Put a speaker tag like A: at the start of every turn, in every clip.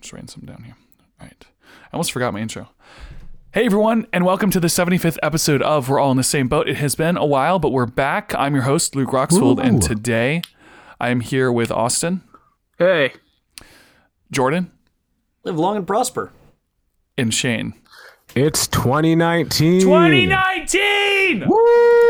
A: just ran some down here. All right. I almost forgot my intro. Hey everyone, and welcome to the 75th episode of We're All in the Same Boat. It has been a while, but we're back. I'm your host, Luke Roxfield,
B: Ooh.
A: and today I am here with Austin,
C: Hey.
A: Jordan,
D: Live long and prosper.
A: and Shane.
B: It's 2019.
A: 2019!
B: Woo!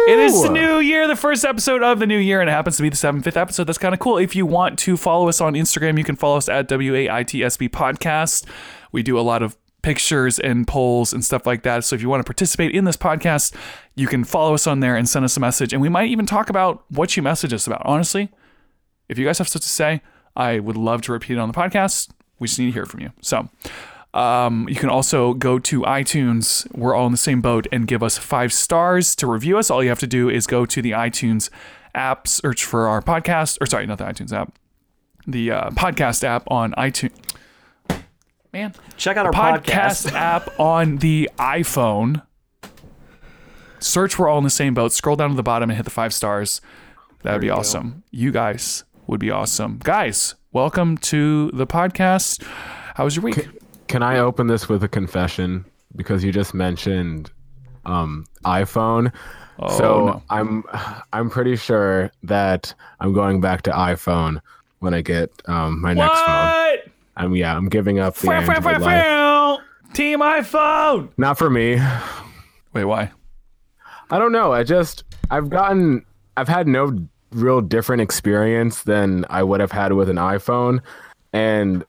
A: It is the new year, the first episode of the new year, and it happens to be the 75th episode. That's kind of cool. If you want to follow us on Instagram, you can follow us at WAITSB Podcast. We do a lot of pictures and polls and stuff like that. So if you want to participate in this podcast, you can follow us on there and send us a message. And we might even talk about what you message us about. Honestly, if you guys have stuff to say, I would love to repeat it on the podcast. We just need to hear from you. So um, you can also go to iTunes. We're all in the same boat and give us five stars to review us. All you have to do is go to the iTunes app, search for our podcast, or sorry, not the iTunes app, the uh, podcast app on iTunes. Man,
D: Check out our podcast.
A: podcast app on the iPhone. Search "We're All in the Same Boat." Scroll down to the bottom and hit the five stars. That would be awesome. You guys would be awesome, guys. Welcome to the podcast. How was your week?
B: Can I open this with a confession? Because you just mentioned um, iPhone. so
A: Oh, no.
B: I'm I'm pretty sure that I'm going back to iPhone when I get um, my next phone. I'm yeah, I'm giving up the
A: Frow, frow,
B: Android
A: frow,
B: life.
A: frow. Team iPhone.
B: Not for me.
A: Wait, why?
B: I don't know. I just I've gotten I've had no real different experience than I would have had with an iPhone and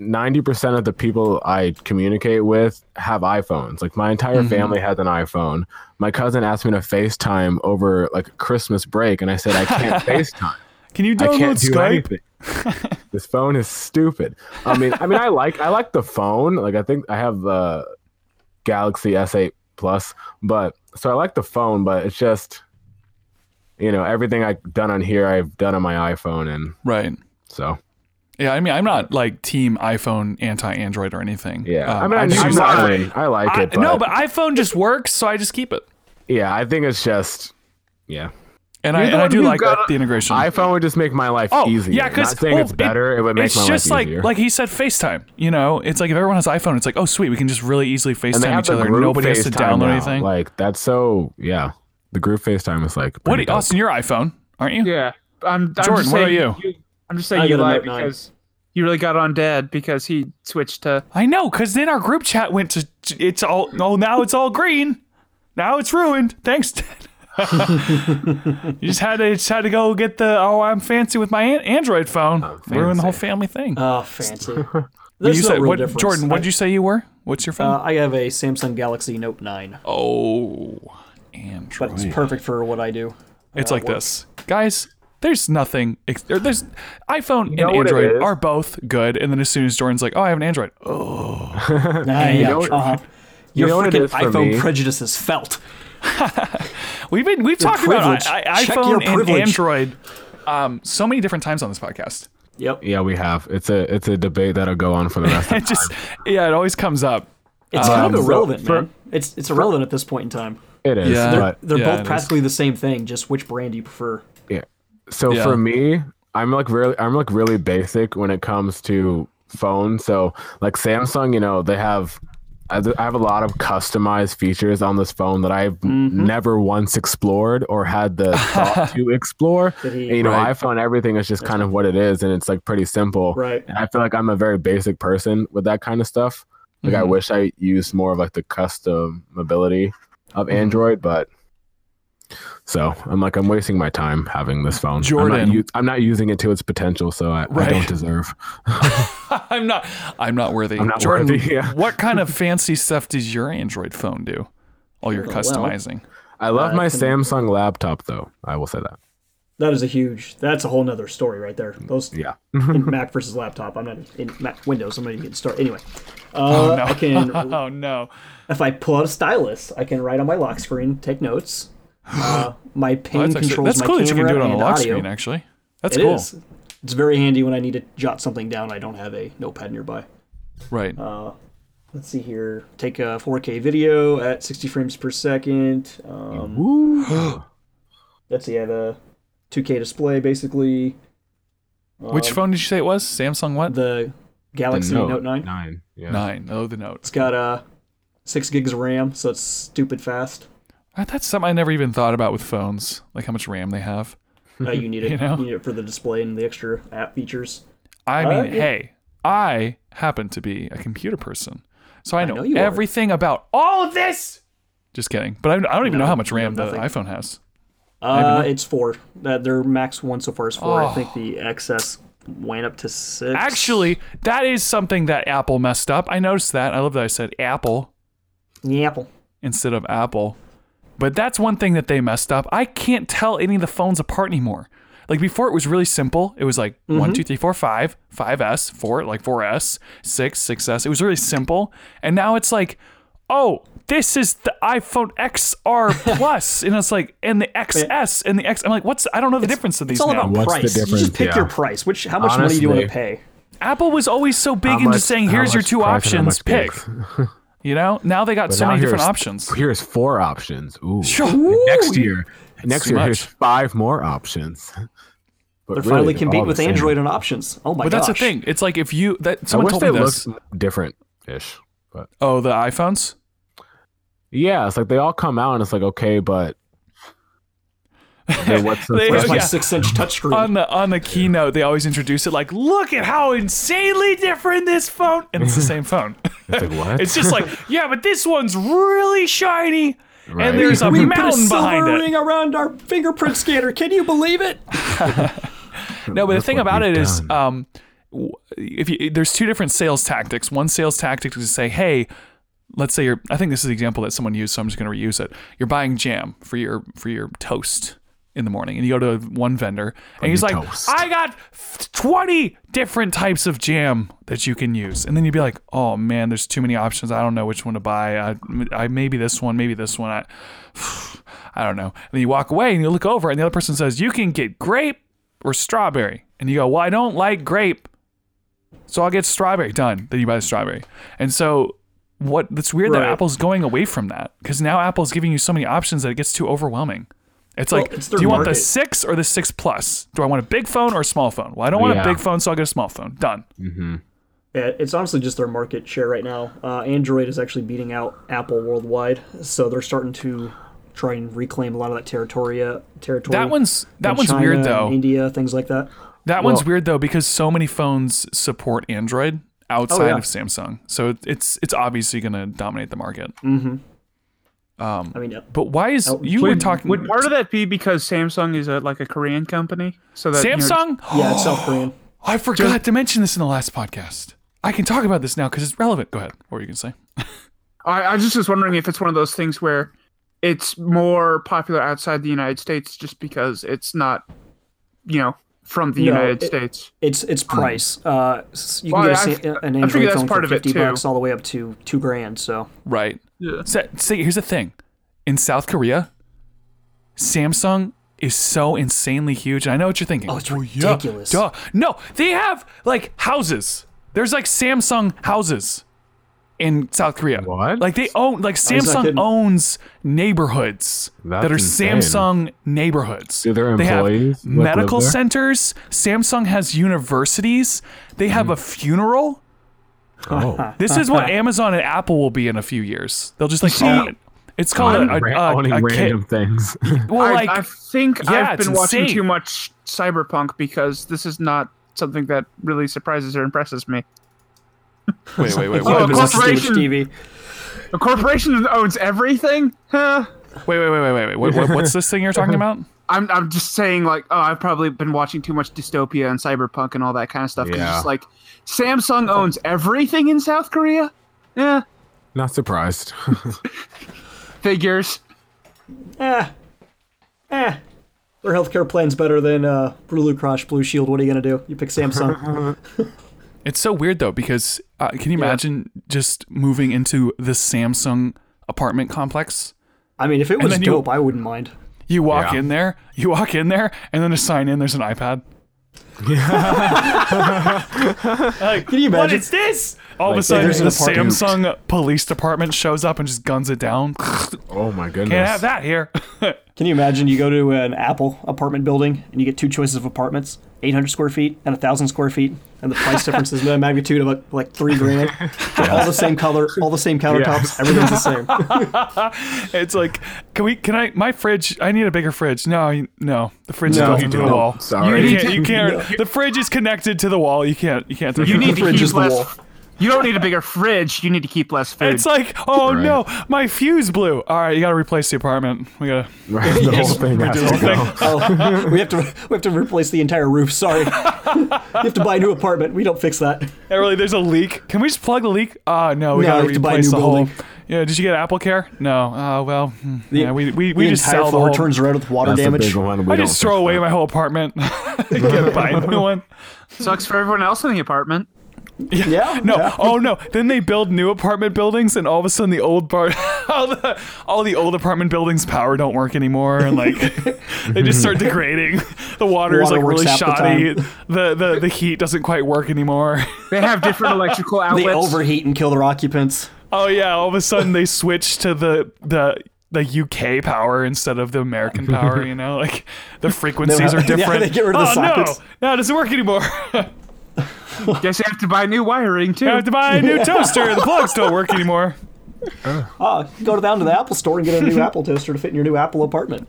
B: 90% of the people I communicate with have iPhones. Like my entire family has an iPhone. My cousin asked me to FaceTime over like Christmas break and I said I can't FaceTime.
A: Can you
B: I
A: download
B: can't do
A: Skype?
B: anything. this phone is stupid. I mean, I mean, I like I like the phone. Like I think I have the Galaxy S8 Plus, but so I like the phone, but it's just you know everything I've done on here I've done on my iPhone, and
A: Right.
B: so
A: Yeah, I mean, I'm not like team iPhone anti Android or anything.
B: yeah.
A: Um,
B: I mean, I,
A: just
B: I'm
A: use
B: not-
A: iPhone.
B: I, mean, I like
A: I-
B: it, but,
A: no, but iPhone just works, so I just keep it.
B: yeah, I think it's just yeah.
A: And I,
B: You're the
A: and I
B: one
A: do
B: who
A: like
B: got
A: that,
B: a-
A: the integration.
B: iPhone would just make my life
A: oh,
B: easier.
A: yeah, because
B: not saying it's better, it, would make
A: it's
B: my life
A: just like
B: easier.
A: like he said, FaceTime. You know, it's like if everyone has iPhone, it's like, oh sweet, we can just really easily
B: and they
A: FaceTime
B: have
A: each
B: the
A: other.
B: group
A: Nobody has to
B: FaceTime
A: download
B: now.
A: anything.
B: Like that's so yeah. The group FaceTime is like
A: what,
B: pretty
A: do-
B: dope.
A: Austin? Your iPhone, aren't you?
C: Yeah. I'm,
A: Jordan,
C: I'm just
A: what
C: saying
A: about you?
C: I'm just
D: I
C: saying you
D: got a
C: lied
D: Note 9.
C: because you really got on dad because he switched to.
A: I know, because then our group chat went to it's all oh now it's all green, now it's ruined. Thanks, Dad. you just had to just had to go get the oh I'm fancy with my an- Android phone. Ruin the whole family thing.
D: Oh, fancy.
A: But
D: Oh, There's
A: you
D: no
A: said
D: real
A: what
D: difference.
A: Jordan? What did you say you were? What's your
D: I,
A: phone?
D: uh, I have a Samsung Galaxy Note 9,
A: oh,
D: but it's uh,
A: Android.
D: perfect for what I do.
A: It's like this, guys. There's nothing. Ex- or there's iPhone
B: know
A: and
B: what it
A: Android
B: is?
A: are both good. And then as soon as Jordan's like, oh I have an Android. Oh,
D: Nah, yeah,
B: know what-
D: uh-huh. Your
B: know what it
D: freaking
B: is for
D: iPhone
B: me?
D: prejudice is felt.
A: we've been we've talked
D: privilege.
A: about I, I,
D: Check your
A: iPhone and
D: privilege.
A: Android. Um, so many different times on this podcast.
D: Yep.
B: Yeah, we have. It's a it's a debate that'll go on for the rest of
A: it just yeah, it always comes up.
D: It's kind of irrelevant,
B: Um, for-
D: man. It's it's irrelevant at this point in time.
B: it is.
A: Yeah.
B: But
D: They're
A: Yeah, it
D: both
A: is.
D: practically the same thing, just which brand do you prefer?
B: yeah. So
A: Yeah.
B: for me, I'm like really I'm like really basic when it comes to phones. So like Samsung, you know, they have I th- I have a lot of customized features on this phone that I've never once explored or had the thought to explore. And, you know,
A: Right.
B: iPhone, everything is just kind of what it is, and it's like pretty simple.
D: Right.
B: And I feel like I'm a very basic person with that kind of stuff. Like I
A: Mm-hmm.
B: wish I used more of like the customability of
A: Mm-hmm.
B: Android, but so I'm like I'm wasting my time having this phone. I'm
A: Jordan.
B: not, u- I'm not using it to its potential, so I, I
A: Right.
B: don't deserve.
A: I'm not. I'm not worthy.
B: I'm not
A: Jordan,
B: worthy, yeah.
A: what kind of fancy stuff does your Android phone do? All your
D: Oh, well.
A: customizing.
B: I love
D: Uh,
B: my
D: can-
B: Samsung laptop though. I will say that.
D: That is a huge. That's a whole nother story right there. Those
B: Yeah.
D: in Mac versus laptop. I'm not in Mac Windows. I'm not even getting started. Anyway, uh,
A: no.
D: I can
A: Oh no.
D: if I pull out a stylus, I can write on my lock screen, take notes. Uh, my pane
A: That's, actually,
D: controls
A: that's
D: my
A: cool that you can
D: camera
A: do it on the
D: and
A: lock
D: audio.
A: screen. Actually, that's
D: It
A: cool.
D: is. It's very handy when I need to jot something down. I don't have a notepad nearby.
A: Right.
D: Uh, Let's see here. Take a 4K video at 60 frames per second.
A: Mm-hmm.
D: Um, let's see. I have a 2K display basically.
A: Which phone did you say it was? Samsung what?
D: The Galaxy Note, 9.
B: Nine. Yeah.
A: Nine. Oh, the note.
D: It's got uh, 6 gigs of RAM, so it's stupid fast.
A: Uh, That's something I never even thought about with phones, like how much RAM they have.
D: Uh, you need it.
A: You
D: you,
A: know?
D: need it for the display and the extra app features.
A: I mean,
D: yeah.
A: hey, I happen to be a computer person, so I know,
D: know you are.
A: everything about all of this. Just kidding, but I, I don't even know how much RAM the
D: nothing.
A: iPhone has.
D: Uh, it's four. Uh, their max one so far is four.
A: Oh.
D: I think the XS went up to six.
A: Actually, that is something that Apple messed up. I noticed that. I love that I said Apple
D: the Apple.
A: instead of Apple. But that's one thing that they messed up. I can't tell any of the phones apart anymore. Like before, it was really simple. It was like
B: Mm-hmm.
A: one, two, three, four, five, 5S, 4, like 4S, 6, 6S. It was really simple. And now it's like, oh, this is the iPhone XR Plus. and it's like, and the XS and the X. I'm like, what's, I don't know the difference of these
D: It's all
A: now.
D: about
B: What's the
D: price. You just
B: difference?
D: pick your
B: Yeah.
D: price. Which how much money do you want to
B: Honestly.
D: pay?
A: Apple was always so big
B: How
A: into
B: much-
A: saying,
B: how
A: here's your
B: much
A: two
B: price and how
A: options,
B: much
A: pick.
B: price?
A: You know, now they got so
B: now
A: many different
B: here's- Oh
A: options.
B: Here's four options. Ooh.
A: Sure.
B: Next year. Next
A: too
B: year,
A: much.
B: here's five more options. But
D: They're
B: really,
D: finally
B: they're
D: compete
B: all the
D: with
B: same.
D: Android on options. Oh my
A: But that's the
D: gosh.
A: thing. It's like if you that
B: I
A: someone
B: wish
A: told
B: they
A: me this.
B: looked different ish. But
A: Oh, the iPhones.
B: yeah, it's like they all come out and it's like, okay, but then what's the,
A: They-
D: Where's
B: what's
D: my
A: yeah.
D: six-inch touchscreen?
A: On the on the keynote, they always introduce it like, "Look at how insanely different this phone," and it's the same phone.
B: It's like, what?
A: it's just like, yeah, but this one's really shiny,
B: Right.
A: and there's a
D: we put a
A: mountain
D: silver
A: behind it.
D: ring around our fingerprint scanner. Can you believe it?
A: No, but the thing
B: what
A: about
B: we've
A: it is,
B: done.
A: um, w- if you, there's two different sales tactics. One sales tactic is to say, hey, let's say you're. I think this is the example that someone used, so I'm just going to reuse it. You're buying jam for your for your toast in the morning, and you go to one vendor, and he's
B: your
A: like,
B: toast.
A: I got f- 20 different types of jam that you can use, and then you'd be like, oh man, there's too many options. I don't know which one to buy. I, I maybe this one, maybe this one. I, I don't know. And then you walk away and you look over, and the other person says, You can get grape or strawberry. And you go, Well, I don't like grape. So I'll get strawberry. Done. Then you buy the strawberry. And so what that's weird that
D: Right.
A: Apple's going away from that because now Apple's giving you so many options that it gets too overwhelming. It's
D: Well,
A: like,
D: it's
A: do
D: their
A: you want the
D: market.
A: six or the six plus? Do I want a big phone or a small phone? Well, I don't want a
B: Yeah.
A: big phone, so I'll get a small phone. Done.
D: Yeah, it's honestly just their market share right now. Uh, Android is actually beating out Apple worldwide, so they're starting to try and reclaim a lot of that territory. Uh, territory.
A: That one's that
D: in
A: one's
D: China
A: weird
D: and
A: though.
D: India, things like that.
A: That one's
B: Well-
A: weird though because so many phones support Android outside
D: Oh, yeah.
A: of Samsung, so it- it's it's obviously going to dominate the market.
D: Mm.
C: Mm-hmm.
A: Um,
D: I mean, uh,
A: But why is
D: Oh,
A: you were
C: Would,
A: talking
C: would part of that be because Samsung is a, like a Korean company? So that you know,
A: Samsung?
D: yeah, it's South Korean.
A: I forgot to mention this in the last podcast. I can talk about this now because it's relevant. Go ahead. What were you going to say?
C: I, I just was wondering if it's one of those things where it's more popular outside the United States just because it's not, you know, from the
D: No,
C: United
D: it-
C: States.
D: It's it's
A: Hmm.
D: price. Uh, s- you can
C: Well,
D: get a
C: I-
D: Sa- an
C: I
D: Android
C: figure that's
D: phone
C: part
D: for
C: of it,
D: fifty
C: too.
D: bucks all the way up to two grand. So
A: Right.
C: Yeah.
A: So, see, here's the thing. In South Korea, Samsung is so insanely huge. And I know what you're thinking.
D: Oh, it's
A: yeah,
D: ridiculous.
A: duh. No, they have like houses. There's like Samsung houses in South Korea.
B: What?
A: Like they own like
D: Oh, he's not
A: Samsung
D: kidding.
A: owns neighborhoods that
B: That's
A: are
B: insane.
A: Samsung neighborhoods.
B: Do their
A: they have
B: employees, like, live
A: medical
B: there?
A: centers. Samsung has universities. They
B: Mm-hmm.
A: have a funeral.
B: oh.
A: This is what Amazon and Apple will be in a few years. They'll just like call it. It's called
B: I'm
A: a, a,
B: ra- owning
A: a, a kit-
B: random things.
A: Well,
C: I,
A: like
C: I think
A: yeah,
C: I've
A: it's
C: been watching
A: insane.
C: too much cyberpunk because this is not something that really surprises or impresses me.
A: wait, wait, wait,
C: Oh,
A: what
C: a
A: does this-
D: Nothing to do
C: corporation.
D: with TV.
C: A corporation that owns everything? Huh?
A: wait, wait, wait, wait, wait, wait. What, what, what's this thing you're talking about?
C: I'm I'm just saying like oh I've probably been watching too much dystopia and cyberpunk and all that kind of stuff. 'cause
B: Yeah.
C: It's just like Samsung owns everything in South Korea. Yeah,
B: Not surprised.
C: figures.
D: Eh, eh. Their healthcare plan's better than uh, Blue Cross Blue Shield. What are you gonna do? You pick Samsung.
A: It's so weird though because uh, can you imagine just moving into the Samsung apartment complex?
D: I mean, if it was
A: then you-
D: dope, I wouldn't mind.
A: You walk
B: Yeah.
A: in there, you walk in there, and then to sign in, there's an iPad. like,
D: Can you
A: What
D: imagine?
A: is this? All of a
B: Like,
A: sudden,
D: there's
A: the
D: an apartment.
A: Samsung police department shows up and just guns it down. Can't
B: Oh my goodness.
A: have that here.
D: Can you imagine you go to an Apple apartment building and you get two choices of apartments 800 square feet and 1,000 square feet, and the price difference is the magnitude of like, like three grand. All the same color, all the same countertops, everything's the same.
A: It's like, can we? Can I? My fridge. I need a bigger fridge. No, you- no. The fridge
D: No,
A: is connected to the
B: no,
A: wall.
B: sorry.
A: you
B: You
A: can't. You can't the fridge is connected to the wall. You can't. You can't. Take
C: You
A: it.
C: need to
D: fridge
C: keep
D: is the
C: less.
D: wall.
C: You don't need a bigger fridge. You need to keep less food.
A: It's like, oh
B: Right.
A: no, my fuse blew. All right, you gotta replace the apartment. We gotta.
B: the whole thing has
A: do the
B: to
A: whole
B: go.
A: thing.
D: Oh, we have to we have to replace the entire roof. Sorry, you have to buy a new apartment. We don't fix that.
A: Yeah, really, there's a leak. Can we just plug the leak? Ah, no, we
D: No,
A: gotta
D: you have to buy a
A: replace
D: new
A: the
D: building.
A: whole. Yeah, did you get Apple Care? No. Uh, well, hmm, yeah, we we, we
D: the
A: just
D: entire
A: sell the
D: floor
A: whole.
D: turns red with water
B: That's the
D: damage.
B: big one. We
A: I
B: don't
A: just throw
B: fix
A: away
B: that.
A: my whole apartment. Can't buy a new one.
C: Sucks for everyone else in the apartment.
D: Yeah,
A: No.
D: yeah.
A: Oh no. Then they build new apartment buildings, and all of a sudden the old bar, all the all the old apartment buildings' power don't work anymore, and like they just start degrading. The water, is
D: Water
A: like
D: works
A: really
D: half the
A: shoddy. The, the the heat doesn't quite work anymore.
C: They have different electrical outlets.
D: They overheat and kill their occupants.
A: Oh yeah. All of a sudden they switch to the the the UK power instead of the American power. You know, like the frequencies are
D: have- yeah,
A: different.
D: they get rid of the
A: oh no,
D: sockets.
A: no, it doesn't work anymore.
C: Guess you have to buy new wiring too.
A: I have to buy a new toaster. The plugs don't work anymore.
D: Ah, you go down to the Apple store and get a new Apple toaster to fit in your new Apple apartment.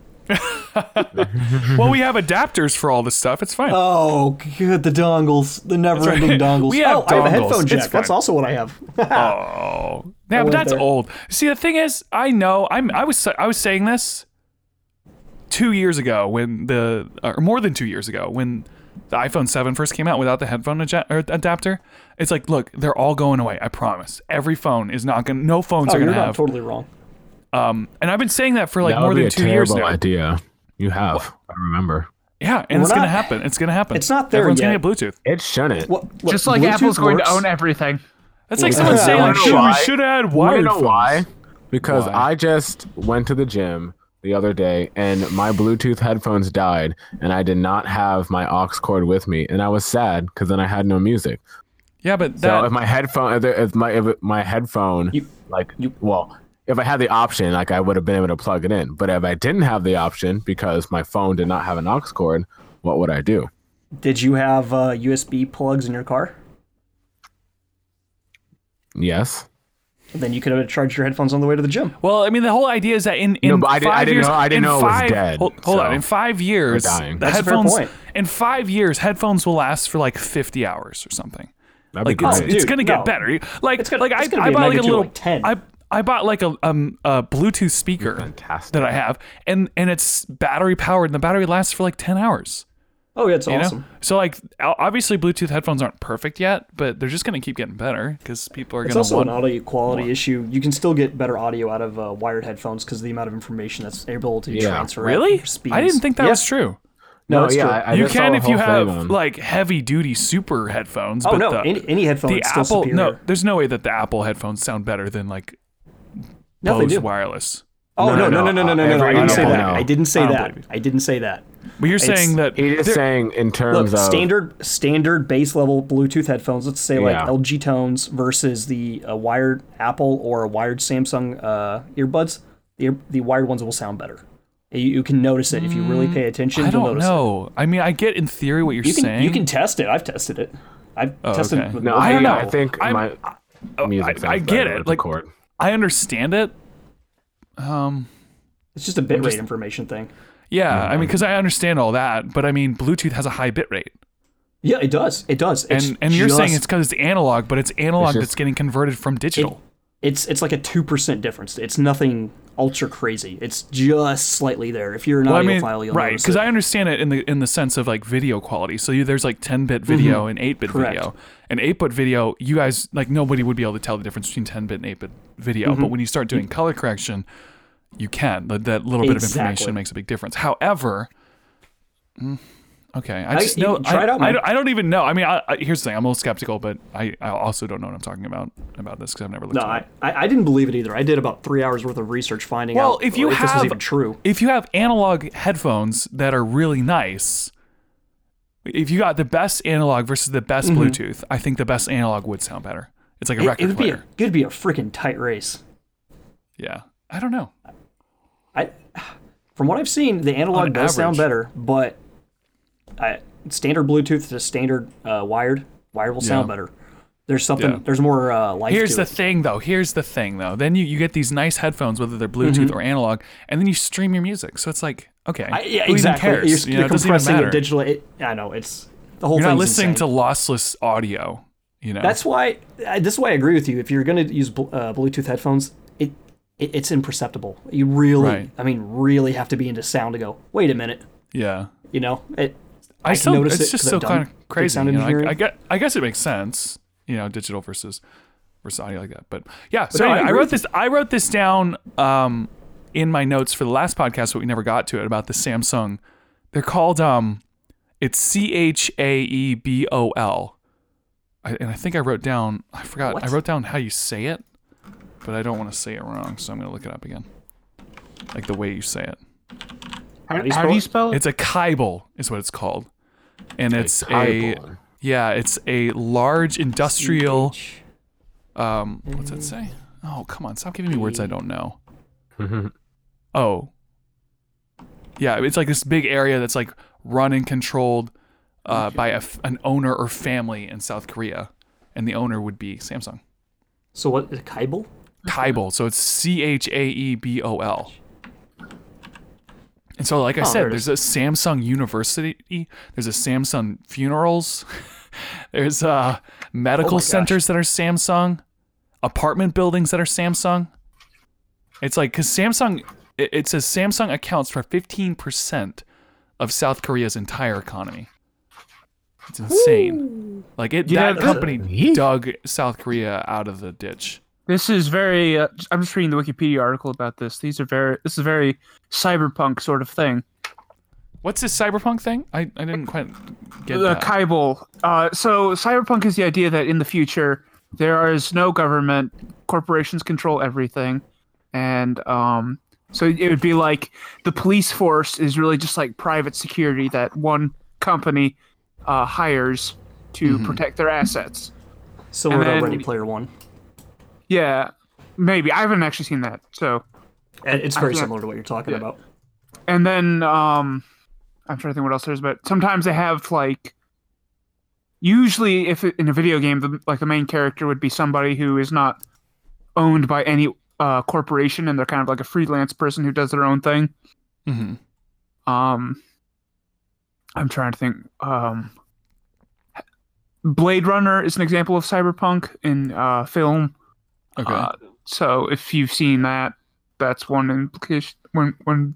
A: Well, we have adapters for all this stuff. It's fine.
D: Oh, good, the dongles, the never-ending
A: right.
D: dongles.
A: We have
D: oh, I have a
A: dongles.
D: headphone
A: It's
D: jack. That's
A: fine.
D: also what I have.
A: Oh, yeah, but
D: went
A: that's
D: there.
A: old. See, the thing is, I know I'm. I was. I was saying this two years ago when the, or more than two years ago when the iPhone 7 first came out without the headphone adja- or adapter. It's like, look, they're all going away. I promise. Every phone is not gonna. No phones
D: Oh,
A: are
D: you're
A: gonna
D: not
A: have.
D: totally wrong.
A: um, and I've been saying that for like
B: That
A: more
B: would be
A: than
B: a
A: two years
B: terrible
A: now.
B: idea. You have. I remember.
A: Yeah, and it's gonna
D: not-
A: happen. It's gonna happen.
D: It's not there
A: Everyone's
D: yet.
A: gonna get Bluetooth.
B: It shouldn't.
D: What, what,
C: Just like
D: Bluetooth
C: Apple's going
D: works?
C: to own everything.
A: That's like someone
D: Yeah.
A: saying,
D: You
A: like,
D: wanna
A: "Dude,
B: know
A: we
B: why?
A: should have
B: I
A: wired
B: know
A: phones."
B: why. Because
A: Why?
B: I just went to the gym the other day and my Bluetooth headphones died, and I did not have my aux cord with me, and I was sad because then I had no music.
A: Yeah, but
B: So
A: that.
B: if my headphone, if there- if my if my headphone,
D: You-
B: like well, if I had the option, like I would have been able to plug it in. But if I didn't have the option because my phone did not have an aux cord, what would I do?
D: Did you have uh, USB plugs in your car?
B: Yes.
D: Then you could have charged your headphones on the way to the gym.
A: Well, I mean, the whole idea is that in, in
B: No, but I
A: five
B: didn't- I didn't
A: years,
B: know- I didn't
A: in
B: know it was
A: five,
B: dead,
A: Hold, hold on,
B: so
A: in five years,
B: dying.
A: the
D: That's a fair
A: headphones.
D: point.
A: In five years, headphones will last for like fifty hours or something.
B: That'd
A: Like
B: be
A: it's,
B: great.
A: it's
D: Oh, dude,
A: gonna get
D: no.
A: better. Like
D: It's gonna-
A: like
D: it's
A: I,
D: gonna
A: I
D: be a
A: bought like a
D: magnitude of,
A: little
D: like, 10.
A: I I bought like a um a Bluetooth speaker
B: fantastic.
A: that I have, and and it's battery powered, and the battery lasts for like ten hours.
D: Oh, yeah, it's
A: You
D: awesome.
A: know, so like o- obviously Bluetooth headphones aren't perfect yet, but they're just gonna keep getting better because people are
D: It's
A: gonna
D: also
A: want
D: an audio quality issue. You can still get better audio out of uh, wired headphones because the amount of information that's able to
B: Yeah.
D: transfer. at
A: really.
D: Speeds.
A: I didn't think that
D: Yeah.
A: was true.
D: No,
B: No,
D: it's
B: yeah,
D: true.
B: I, I
A: you
B: just saw
A: can
B: the
A: if you
B: whole
A: have
B: thing on-
A: like heavy duty super headphones.
D: oh
A: but
D: no,
A: the,
D: any, any headphone
A: the
D: is still
A: Apple
D: superior.
A: no, there's no way that the Apple headphones sound better than like
D: no, they
A: Bose
D: do.
A: wireless.
D: Oh
B: No,
D: no, no, no,
B: no,
D: no, no, no,
B: uh,
D: no, I
B: every
D: didn't say
B: Apple
D: that.
B: now.
D: I didn't say
A: I don't
D: that.
A: believe
D: I didn't say that.
A: But you're saying that
B: He is
A: they're-
B: saying in
D: Look,
B: terms of
D: standard standard base level Bluetooth headphones. Let's say like
B: Yeah.
D: LG Tones versus the uh, wired Apple or a wired Samsung uh, earbuds. The ear- the wired ones will sound better. You, you can notice it if you really pay attention.
A: Mm, I
D: you'll
A: don't
D: notice
A: know. I mean, I get in theory what you're
D: It. You can
A: saying. Oh,
D: you can test it. I've tested it. I've tested
A: okay.
D: it. With
B: no,
A: I
B: I,
A: don't know.
B: I think
A: I'm- oh,
B: my music.
A: I- I
B: sounds
A: get
B: better
A: it,
B: with the
A: like-
B: cord.
A: I understand it.
D: It's just a bitrate rate information thing.
A: Yeah, I
B: Mm-hmm.
A: mean, because I understand all that, but I mean, Bluetooth has a high bit rate,
D: Yeah, it does. It does. It's
A: and and you're saying
D: just-
A: it's because it's analog, but it's analog
B: just-
A: that's getting converted from digital.
D: it's it's like a two percent difference. It's nothing ultra crazy. It's just slightly there. If you're an
A: Well, I mean,
D: audiophile, you'll
A: right?
D: notice
A: Because
D: it.
A: I understand it in the in the sense of like video quality. So you, there's like 10-bit video and 8-bit
D: Mm-hmm. Correct.
A: video. And 8-bit video, you guys like nobody would be able to tell the difference between 10-bit and 8-bit video.
D: Mm-hmm.
A: But when you start doing color correction, you can. That, that little bit of
D: Exactly.
A: information makes a big difference. However, mm, okay, I
D: I-
A: just
D: you
A: know.
D: can try
A: I,
D: it out,
A: I
D: man.
A: don't, I don't even know. I mean, I, I, here's the thing: I'm a little skeptical, but I, I also don't know what I'm talking about about this because I've never looked.
D: No,
A: at it.
D: I, I I didn't believe it either. I did about three hours worth of research finding
A: Well,
D: out
A: if you
D: if this
A: have-
D: was even true.
A: if you have analog headphones that are really nice, if you got the best analog versus the best Bluetooth, I think the best analog would sound better. It's like a
D: Mm-hmm.
A: record
D: It, it would be a,
A: player.
D: it'd be a freaking tight race.
A: yeah. I don't know.
D: I, from what I've seen, the analog
A: On
D: does sound
A: average.
D: better, but I standard Bluetooth to standard uh, wired, wired will sound
A: Yeah.
D: better. There's something.
A: Yeah.
D: There's more uh, life.
A: Here's
D: to
A: the
D: it.
A: thing, though. Here's the thing, though. Then you, you get these nice headphones, whether they're Bluetooth or analog, and then you stream your music. So it's like, okay,
D: Mm-hmm. I, yeah,
A: who
D: exactly.
A: even cares?
D: You're,
A: You know,
D: you're
A: it doesn't even
D: compressing
A: matter.
D: it digitally. It, I know it's the whole.
A: You're not
D: thing's
A: listening
D: insane.
A: to lossless audio. You know,
D: That's why. I, this is why I agree with you. If you're going to use bl- uh, Bluetooth headphones, it, it it's imperceptible. You really,
A: Right.
D: I mean, really have to be into sound to go. Wait a minute.
A: yeah.
D: You know, it.
A: I,
D: can
A: still
D: notice
A: it's
D: it
A: just
D: 'cause
A: so
D: I've done
A: kind of
D: big
A: crazy.
D: sound
A: you know, I,
D: engineering.
A: I, get, I guess it makes sense, you know, digital versus versus audio like that. But yeah, so
C: no, I
A: anyway, I,
C: agree
A: wrote
C: with you.
A: this. I wrote this down um, in my notes for the last podcast, but we never got to it about the Samsung. They're called um, it's C H A E B O L, I- and I think I wrote down. I forgot. I
D: What?
A: wrote down how you say it, but I don't want to say it wrong, so I'm gonna look it up again. Like the way you say it.
D: you
C: How, how
D: spell
C: do
D: it?
C: you spell it?
A: It's a kibble, is what it's called, and it's a
B: Kibble.
A: yeah, it's a large industrial. Um, what's that say? Oh, come on! Stop giving me words I don't know. oh, yeah, it's like this big area that's like run and controlled uh, by a f an owner or family in South Korea, and the owner would be Samsung.
D: So what? Kibble?
A: Kibble, so it's C H A E B O L. And so, like I
D: Oh,
A: said,
D: there it is.
A: there's a Samsung University, there's a Samsung funerals, there's uh, medical
D: Oh gosh.
A: centers that are Samsung, apartment buildings that are Samsung. It's like because Samsung, it, it says Samsung accounts for 15% of South Korea's entire economy. It's insane. Like it,
C: You know,
A: that
C: this-
A: company dug South Korea out of the ditch.
C: This is very. Uh, I'm just reading the Wikipedia article about this. These are very. This is a very cyberpunk sort of thing.
A: What's this cyberpunk thing? I, I didn't quite get
C: the
A: that.
C: Uh, Kybal. Uh, so cyberpunk is the idea that in the future there is no government, corporations control everything, and um, so it would be like the police force is really just like private security that one company uh, hires to protect their assets.
D: Similar
C: And
D: to
C: then-
D: Ready Player One.
C: Yeah, maybe I haven't actually seen that. So
D: And It's very
C: feel-
D: similar to what you're talking about.
C: and then um i'm trying to think what else there's but sometimes they have like usually if it, in a video game the, like the main character would be somebody who is not owned by any uh, corporation and they're kind of like a freelance person who does their own thing
A: hmm
C: um i'm trying to think um blade runner is an example of cyberpunk in uh film
A: Okay.
C: uh, so if you've seen that, that's one implication. One, one,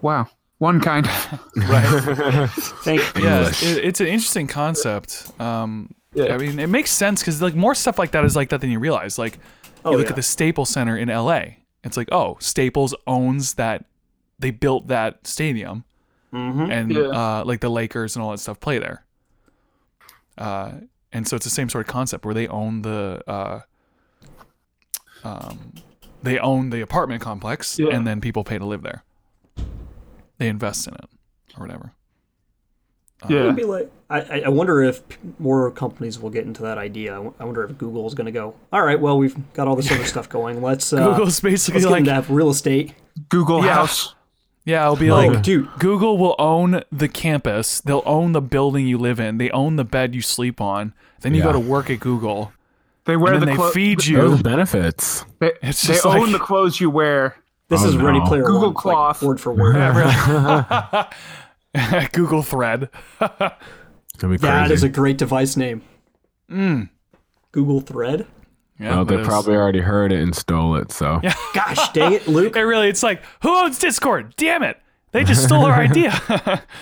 C: wow, one kind.
D: Thank
A: yeah,
E: English.
A: it, it's an interesting concept. Um,
B: Yeah.
A: I mean, it makes sense because like more stuff like that is like that than you realize. Like
D: Oh,
A: you look
D: yeah.
A: at the Staples Center in L.A. It's like oh, Staples owns that. They built that stadium,
D: Mhm.
A: and
C: Mm-hmm. Yeah.
A: uh, like the Lakers and all that stuff play there. Uh, and so it's the same sort of concept where they own the. Uh, um, they own the apartment complex,
C: Yeah.
A: and then people pay to live there. They invest in it, or whatever. Uh,
C: yeah,
D: It'd be like, I, I- I wonder if p- more companies will get into that idea. I w- I wonder if Google is going to go, all right, well, we've got all this other stuff going. Let's, uh,
A: Google's basically
D: let's get
A: like,
D: into real estate.
C: Google
A: Yeah.
C: House.
A: yeah, it'll be
D: Oh,
A: like,
D: dude.
A: Google will own the campus. They'll own the building you live in. They own the bed you sleep on. Then you go to
B: Yeah.
A: work at Google,
C: They wear
A: and
C: the
A: then they
C: clothes.
A: feed you.
B: Those benefits.
C: They,
A: It's
C: they
A: just
C: own
A: like-
C: the clothes you wear.
D: This
B: Oh,
D: is Ready
B: no.
D: Player One.
C: Google
D: like,
C: Cloth.
D: word for word.
A: Google Thread.
B: That'd be crazy.
D: That is a great device name. Google Thread?
A: Yeah,
B: well, they
A: it is.
B: probably already heard it and stole it. So
D: Gosh, dang it, Luke.
A: It really, it's like, who owns Discord? Damn it. They just stole our idea.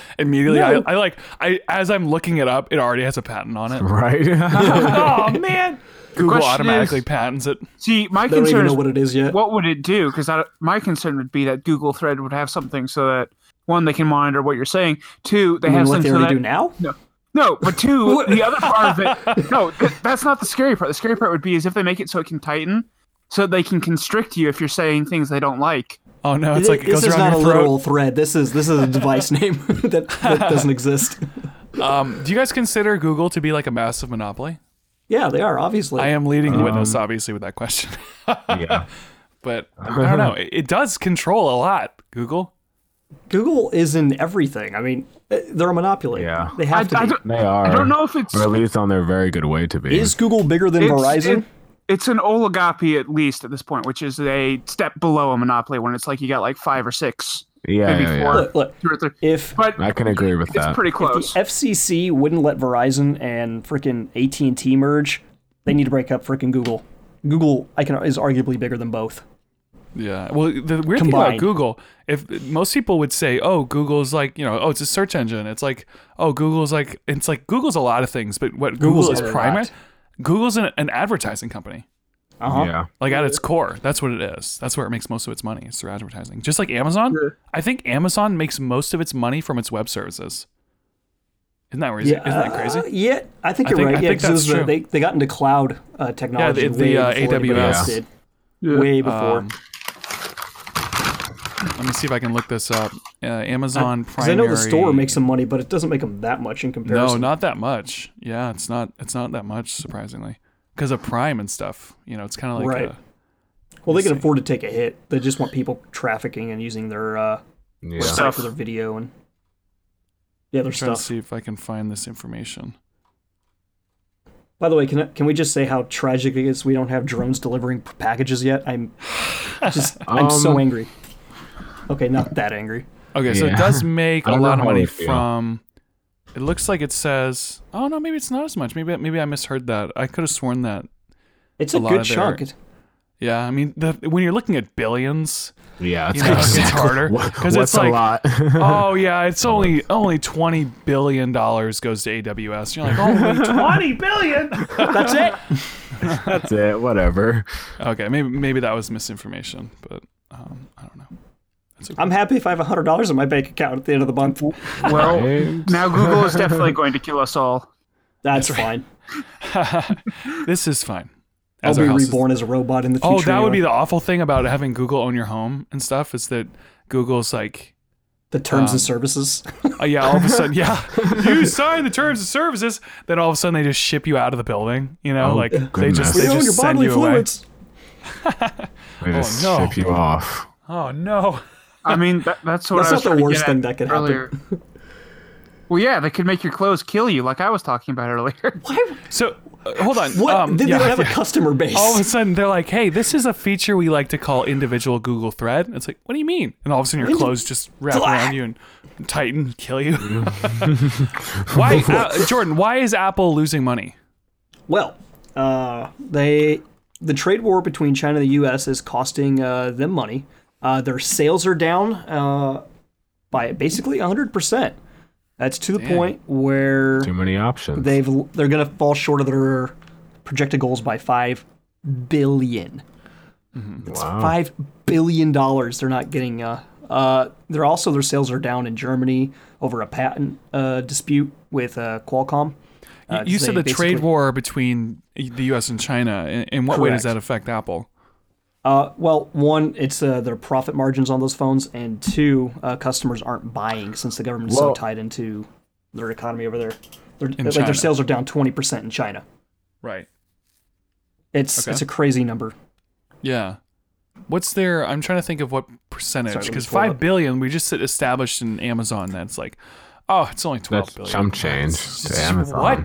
A: Immediately, I, I like, I as I'm looking it up, it already has a patent on it.
B: right.
A: oh man, Google
C: question
A: automatically
C: is-
A: patents it.
C: See, my
D: I don't even
C: concern is
D: know
C: what,
D: what it is yet.
C: would it do? Because my concern would be that Google Thread would have something so that one, they can monitor what you're saying. Two, they
D: I mean,
C: have
D: what they
C: something so
D: already do
C: that
D: now?
C: No. No, but two, the other part of it. No, th- that's not the scary part. The scary part would be is if they make it so it can tighten, so they can constrict you if you're saying things they don't like.
A: Oh no, it's like it
D: this
A: goes
D: is
A: around
D: not a
A: your throat.
D: literal thread. This is this is a device name that, that doesn't exist.
A: Um, do you guys consider Google to be like a massive monopoly?
D: Yeah, they are obviously.
A: I am leading the witness,
C: Um,
A: obviously, with that question.
B: yeah.
A: but I don't know. It, it does control a lot, Google.
D: Google is in everything. I mean, eh, they're a monopoly.
B: Yeah.
D: They
C: I,
D: have to
C: I
D: be.
C: don't,
B: They are.
C: I don't know if it's
B: Or at least on their very good way to be.
D: Is Google bigger than
C: it's,
D: Verizon?
C: it- it's an oligopoly at least at this point, which is a step below a monopoly when it's like you got like five or six,
B: yeah,
C: maybe
B: yeah,
C: four,
B: yeah.
D: Look, look.
C: two or three.
D: If
C: But
B: I can agree with
C: it's
B: that.
C: pretty
D: the
C: close.
D: FCC wouldn't let Verizon and freaking AT and T merge, they need to break up freaking Google. Google, I can is arguably bigger than both.
A: Yeah. Well, the weird thing about
D: Combined.
A: Google, if most people would say, "Oh, Google's like you know, oh, it's a search engine." It's like, oh, Google's like it's like Google's a lot of things, but what Google
D: Google's
A: is
D: a lot.
A: primary, Google's an, an advertising company.
D: Uh
A: Uh-huh.
D: huh.
B: Yeah.
A: Like at its core, that's what it is. That's where it makes most of its money. It's through advertising. Just like Amazon, I think Amazon makes most of its money from its web services. Isn't that crazy? Isn't that crazy?
D: uh, yeah, I think
A: I
D: you're
A: think- I
D: right. Yeah,
A: think
D: 'cause it was
A: that's
D: the-
A: true.
D: they they got into cloud uh, technology
A: it's the,
D: way
A: uh,
D: before anybody else
B: AWS.
D: did.
C: Yeah.
D: way before.
A: Um, let me see if I can look this up. Uh, Amazon
D: Because
A: primary.
D: I know the store makes some money, but it doesn't make them that much in
A: No,
D: comparison.
A: not that much. Yeah, it's not. It's not that much, surprisingly, because of Prime and stuff. You know, it's kind of like
D: Right.
A: uh,
D: well, they can
A: insane.
D: afford to take a hit. They just want people trafficking and using their uh,
B: Yeah.
C: So-
D: site
C: Stuff.
D: for their video and the other
A: I'm trying to
D: stuff.
A: see if I can find this information.
D: By the way, can I- can we just say how tragic it is we don't have drones delivering p- packages yet? I'm just I'm so
B: Um,
D: angry. Okay, not that angry.
A: Okay, so it
B: Yeah.
A: does make
B: I
A: a
B: don't know
A: lot of
B: how
A: money
B: I feel.
A: from. It looks like it says. Oh no, maybe it's not as much. Maybe maybe I misheard that. I could have sworn that.
D: It's a,
A: lot
D: good
A: of their-
D: chunk. It's-
A: Yeah, I mean, the, when you're looking at billions,
B: Yeah.
A: you know, it gets
B: exactly
A: harder
B: what-
A: because
B: what's
A: it's like,
B: a lot.
A: oh yeah, it's only only twenty billion dollars goes to AWS. You're like, only twenty billion.
D: That's it.
B: That's it. Whatever.
A: Okay, maybe maybe that was misinformation, but um, I don't know.
D: I'm happy if I have hundred dollars in my bank account at the end of the month.
A: Oh,
C: Well,
B: Right?
C: now Google is definitely going to kill us all.
D: That's fine.
A: This is fine.
D: I'll
A: our
D: be
A: house is-
D: reborn as a robot in the future.
A: Oh, that would
D: anyway.
A: be the awful thing about having Google own your home and stuff is that Google's like,
D: the terms
A: um,
D: and services.
A: oh, yeah, all of a sudden, yeah, you sign the terms and services. Then all of a sudden, they just ship you out of the building. You know,
B: Oh,
A: like they
B: goodness.
A: just they
B: We
A: just send you away.
B: They just
A: Oh, no.
B: ship you off.
A: Oh no.
C: I mean, that, that's what
D: That's
C: I was
D: not the
C: trying to
D: worst
C: get
D: thing
C: at
D: that could happen.
C: earlier. Well, yeah, they could make your clothes kill you, like I was talking about earlier.
D: Why?
A: So uh, hold on.
D: What?
A: Um,
D: then
A: yeah,
D: they don't have
A: yeah. Oh,
D: a customer base.
A: all of a sudden they're like, "Hey, this is a feature we like to call individual Google Thread." And it's like, "What do you mean?" And all of a sudden, your clothes just wrap around you and tighten, and kill you. why, uh, Jordan? Why is Apple losing money?
D: Well, uh, they the trade war between China and the U.S. is costing uh, them money. Uh, their sales are down uh, by basically 100 percent. That's to the point where
B: Too many options.
D: they've they're going to fall short of their projected goals by five billion.
B: wow.
D: Five billion dollars. They're not getting. Uh, uh, they're also their sales are down in Germany over a patent uh, dispute with uh, Qualcomm.
A: You-
D: Uh,
A: you said
D: they
A: the trade
D: basically-
A: war between the U.S. and China. In, in what way does that
D: Correct.
A: affect Apple?
D: Uh, well, one, it's uh, their profit margins on those phones, and two, uh, customers aren't buying since the government's
B: Well-
D: so tied into their economy over there. Their, like
A: China.
D: their sales are down twenty percent in China.
A: Right.
D: It's
A: Okay.
D: it's a crazy number.
A: Yeah. What's their? I'm trying to think of what percentage
D: Sorry, let me
A: because
D: pull it
A: five
D: up.
A: billion we just established in Amazon. That's like, oh, it's only twelve
B: That's
A: billion.
B: some change
A: It's
B: to
A: just-
B: Amazon.
A: What?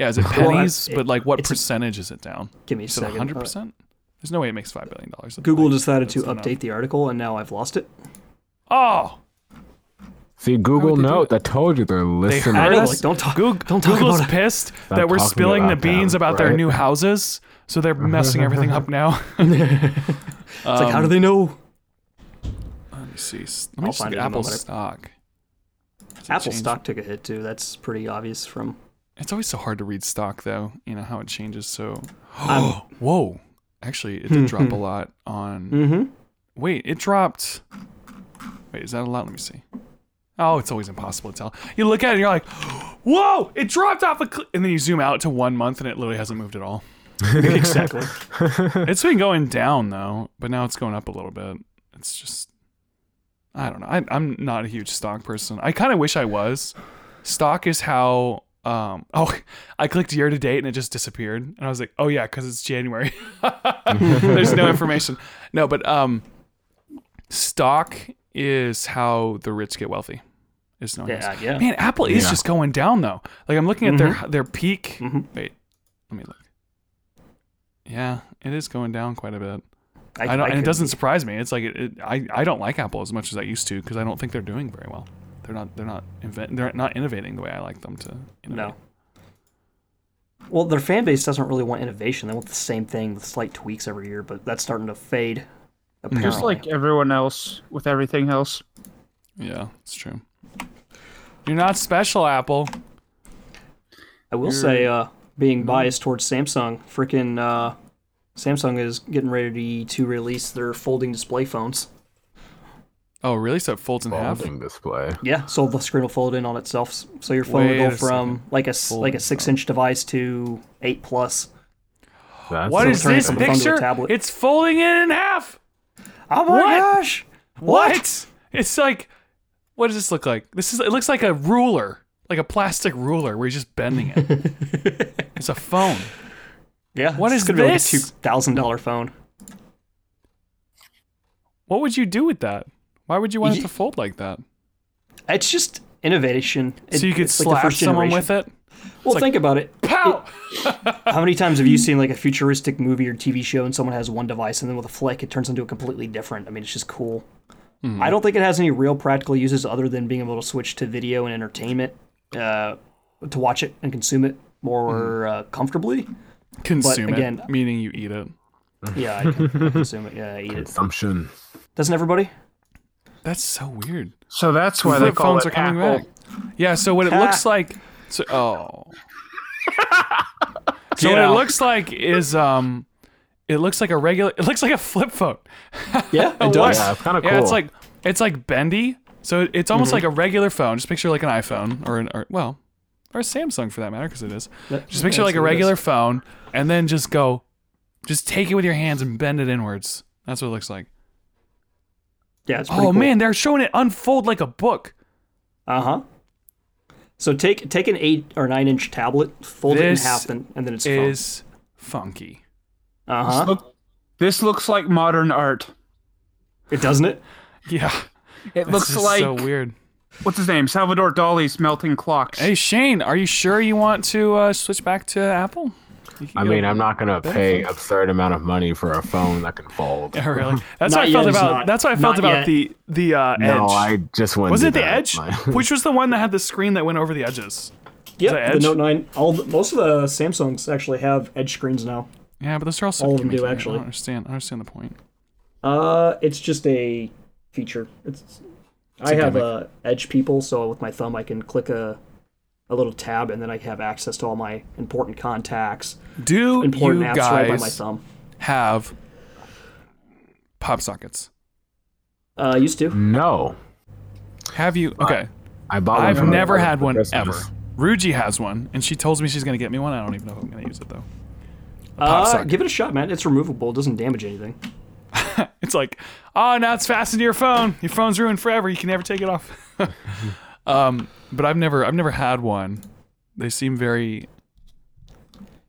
A: Yeah, is it
D: Well,
A: pennies?
D: it-
A: but like, what
D: it's-
A: percentage is it down?
D: Give me a
A: Is it
D: second.
A: hundred
D: Uh,
A: percent? There's no way it makes five billion dollars.
D: Google decided to
A: That's enough.
D: update the article, and now I've lost it.
A: Oh,
B: See, Google
A: would they do
B: Note.
A: it?
B: I told you they're listening.
A: had
D: I
A: Heard
D: know,
A: us?
D: like, don't talk.
A: Goog-
D: don't talk
A: Google's
D: about it.
A: pissed
B: Stop
A: that we're
B: talking
A: spilling the
B: about them,
A: beans about their
B: right?
A: new houses, so they're messing everything up now.
D: It's
A: Um,
D: like, how do they know?
A: Let me see. s- Let me
D: I'll
A: just look
D: find it in
A: at
D: a
A: Apple
D: moment.
A: stock. Does it
D: Apple
A: change?
D: stock took a hit too. That's pretty obvious. From
A: It's always so hard to read stock, though. You know how it changes. So, whoa. Actually, it did drop a lot on.
D: mm-hmm.
A: Wait, it dropped. Wait, is that a lot? Let me see. Oh, it's always impossible to tell. You look at it and you're like, whoa, it dropped off a cliff. And then you zoom out to one month and it literally hasn't moved at all.
D: exactly.
A: It's been going down though, but now it's going up a little bit. It's just, I don't know. I, I'm not a huge stock person. I kind of wish I was. Stock is how. Um, oh, I clicked year to date and it just disappeared, and I was like, oh yeah, because it's January. There's no information. No, but um, stock is how the rich get wealthy. Is knowing this.
D: Yeah, yeah.
A: Man, Apple is
B: Yeah.
A: just going down though. Like I'm looking at their their peak.
D: Mhm.
A: Wait, let me look. Yeah, it is going down quite a bit.
D: I,
A: I don't,
D: I
A: and it
D: couldn't-
A: doesn't surprise me. It's like it, it, I I don't like Apple as much as I used to because I don't think they're doing very well. They're not they're not invent they're not innovating the way I like them to. Innovate.
D: No. Well, their fan base doesn't really want innovation. They want the same thing with slight tweaks every year, but that's starting to fade. Apparently.
C: Just like everyone else with everything else.
A: Yeah, it's true. You're not special, Apple.
D: I will say, uh,
A: Mhm.
D: being biased towards Samsung, freaking uh, Samsung is getting ready to release their folding display phones.
A: Oh, really? So it folds in half.
B: Folding display.
D: Yeah, so the screen will fold in on itself, s- so your phone
A: Wait
D: will
A: a
D: go from like a s- like
A: Folding
D: a six inch device to eight plus.
B: That's
A: What is
D: turn it
A: this
D: from a phone to a
A: picture?
D: tablet.
A: It's folding in in half.
D: Oh my
A: What?
D: gosh!
A: What? It's like, what does this look like? This is. It looks like a ruler, like a plastic ruler, where you're just bending it. it's a phone.
D: Yeah,
A: What
D: it's
A: is
D: gonna be like a
A: this?
D: two thousand dollar phone.
A: What would you do with that? Why would you want it
D: Ye-
A: to fold like that?
D: It's just innovation.
A: so you could
D: it's
A: slap someone
D: generation.
A: with it.
D: Well, think about it.
A: Pow!
D: How many times have you seen like a futuristic movie or TV show and someone has one device and then with a flick it turns into a completely different? I mean, it's just cool.
A: Hmm.
D: I don't think it has any real practical uses other than being able to switch to video and entertainment, uh, to watch it and consume it more
A: Hmm.
D: uh, comfortably.
A: Consume
D: again-
A: it, meaning you eat it.
D: Yeah, I can I consume it. Yeah, I eat it.
B: Assumption.
D: Doesn't everybody?
A: That's so weird.
C: So that's why they
A: Flip
C: call
A: phones
C: it
A: are coming
C: Apple.
A: back. Yeah. So what it looks like. So, oh. so what it
D: out.
A: looks like is um, it looks like a regular. It looks like a flip phone.
D: Yeah, it
A: Oh, What?
D: does.
B: Yeah, it's kinda
A: Yeah, it's
B: cool.
A: like it's like bendy. So it- it's almost
D: Mm-hmm.
A: like a regular phone. Just picture like an iPhone or an or, well, or a Samsung for that matter, because it is.
D: That-
A: Just picture
D: yeah,
A: like
D: that's
A: a
D: what it
A: regular
D: is.
A: phone, and then just go, just take it with your hands and bend it inwards. That's what it looks like.
D: Yeah, it's
A: Oh man, they're showing it unfold like a book.
D: Uh huh. So take take an eight or nine inch tablet, fold it in
A: This
D: half, and, and then it's
A: Is funky.
D: uh
C: This,
D: huh.
C: look- this looks like modern art.
D: It doesn't it?
A: Yeah,
C: It
A: This
C: looks
A: is
C: like
A: so weird.
C: what's his name? Salvador Dali's melting clocks.
A: Hey Shane, are you sure you want to uh, switch back to Apple? You can
B: I
A: go-
B: mean, I'm not gonna pay absurd amount of money for a phone that can fold.
A: Yeah, really. That's
D: Not
A: how I
D: yet,
A: felt
D: it's
A: about.
D: not.
A: That's what I felt
D: Not
A: about
D: yet.
A: the the uh, edge.
B: No, I just went.
A: Was it the Edge? Which was the one that had the screen that went over the edges? that
D: Yep, the
A: Edge?
D: Note 9. All the, most of the Samsungs actually have edge screens now.
A: Yeah, but those are all so
D: All of them
A: gimmicky.
D: do,
A: I
D: actually.
A: don't understand. I don't understand the point.
D: Uh, it's just a feature. It's, I have uh, Edge people, so with my thumb I can click a a little tab, and then I have access to all my important contacts,
A: Do
D: important
A: you
D: apps right by my
A: guys
D: thumb.
A: have pop sockets?
D: Uh, used to.
B: No,
A: Have you? Okay,
B: I bought. one
A: I've
B: for my
A: never
B: brother
A: had
B: for
A: one
B: Christmas.
A: ever. Ruji has one, and she tells me she's gonna get me one. I don't even know if I'm gonna use it though. pop
D: Uh,
A: socket.
D: give it a shot, man. It's removable. It doesn't damage anything.
A: It's like, oh, now it's fastened to your phone. Your phone's ruined forever. You can never take it off. um, but I've never, I've never had one. They seem very,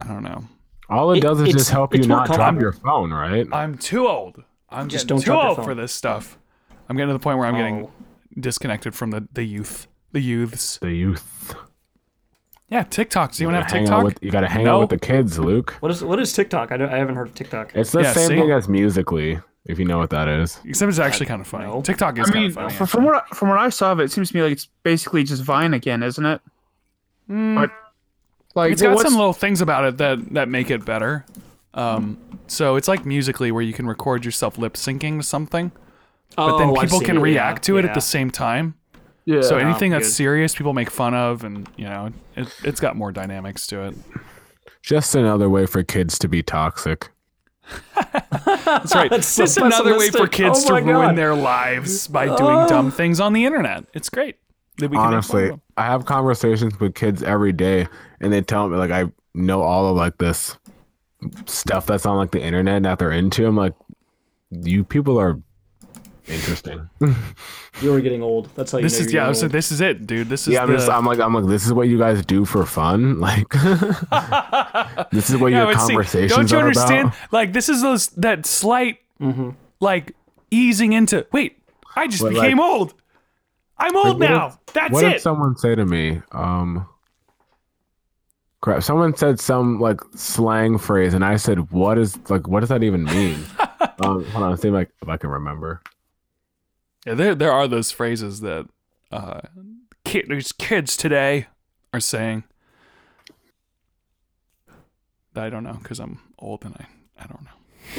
A: I don't know.
B: All it, does is
D: it's-
B: just help
D: it's
B: you
D: more
B: not drop
D: comfortable.
B: your phone, right?
A: I'm too old. I'm
D: Just
A: just
D: don't
A: too
D: drop your
A: old for
D: phone.
A: this stuff. I'm getting to the point where I'm getting
D: Oh.
A: disconnected from the, the youth, the youths.
B: the youth.
A: Yeah, TikTok. Do you
B: You
A: want to
B: gotta
A: have
B: hang out
A: TikTok?
B: with- you gotta hang
A: No.
B: out with the kids, Luke.
D: What is what is TikTok? I, don't- I haven't heard of TikTok.
B: It's the
A: Yeah,
B: same
A: see?
B: thing as musically, if you know what that is.
A: Except it's actually kind of funny.
D: No.
A: TikTok is
C: I mean,
A: kind of funny.
C: fr- from what I- from what I saw of it, it seems to me like it's basically just Vine again, isn't it?
B: Like
A: It's got
B: what's-
A: some little things about it that that make it better. Um, so it's like musically where you can record yourself lip syncing to something, but then
D: Oh, I've
A: people
D: seen
A: can
D: it, yeah,
A: react to it at
D: yeah.
A: the same time.
C: Yeah.
A: So anything that's
D: good.
A: serious, people make fun of, and you know, it, it's got more dynamics to it.
B: Just another way for kids to be toxic.
A: That's right.
D: That's so
A: Just another way for
D: pessimistic.
A: kids
D: Oh
A: to
D: my
A: ruin
D: God. Oh.
A: their lives by doing dumb things on the internet. It's great that we can make fun of
B: Honestly,
A: them.
B: I have conversations with kids every day, and they tell me like I know all of like this stuff that's on like the internet that they're into. I'm like, you people are interesting.
D: You're getting old. That's how you
A: This
D: know
A: is
D: you're
A: yeah.
D: getting
A: So
D: old.
A: this is it, dude. This is
B: yeah, I'm
A: the,
B: just I'm like I'm like this is what you guys do for fun. Like, this is what
A: Yeah,
B: your
A: but see,
B: conversations
A: Don't you
B: are
A: understand?
B: about.
D: Mm-hmm.
A: Like this is those that slight like easing into. Wait, I just
B: But,
A: became old. I'm old
B: what if-
A: now. That's
B: what
A: it.
B: did someone say to me? Um, crap. Someone said some like slang phrase, and I said, "What is like? What does that even mean?" um, hold on, see if I, if I can remember.
A: Yeah, there there are those phrases that uh kid, these kids today are saying. That I don't know because I'm old and I I don't know.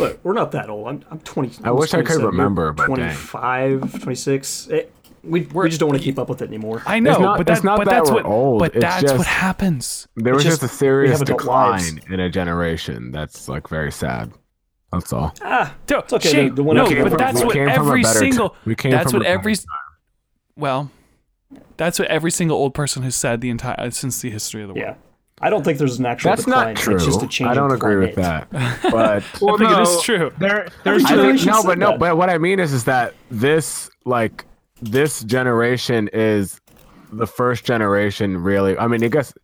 D: Look, we're not that old. I'm, I'm 20.
B: I wish I could
D: 27. You're
B: remember, but dang.
D: 25, 26. Eh, we, we just don't want to keep up with it anymore.
A: I know,
B: not-
A: but
B: it's
A: that's
B: not
A: but
B: that
A: that's
B: we're
A: what
B: old,
A: but
B: it's
A: that's what
B: just-
A: happens.
B: There
D: It's
B: was just,
D: just-
B: a serious
D: adult
B: decline
D: lives.
B: in a generation. That's like very sad. That's all.
D: Ah,
A: No,
D: okay,
A: Shane,
D: the- the one
A: no,
D: I came
A: but
D: from-
A: that's
D: we
A: what
B: came from a
A: every
B: better
A: single
B: time. We came
A: that's
B: from
A: what
B: a better
A: every
B: time.
A: well, that's what every single old person has said the entire uh, since the history of the world.
D: yeah. I don't think there's an actual
B: That's
D: decline.
B: not true.
D: It's just a change
B: I don't
D: in
B: agree with
D: climate.
B: that. But
C: Well,
A: think it
C: no,
A: is true.
C: There, there's
B: I think,
D: generation
B: no,
D: said
B: but no,
D: that.
B: but what I mean is, is that this like this generation is the first generation really. I mean, I guess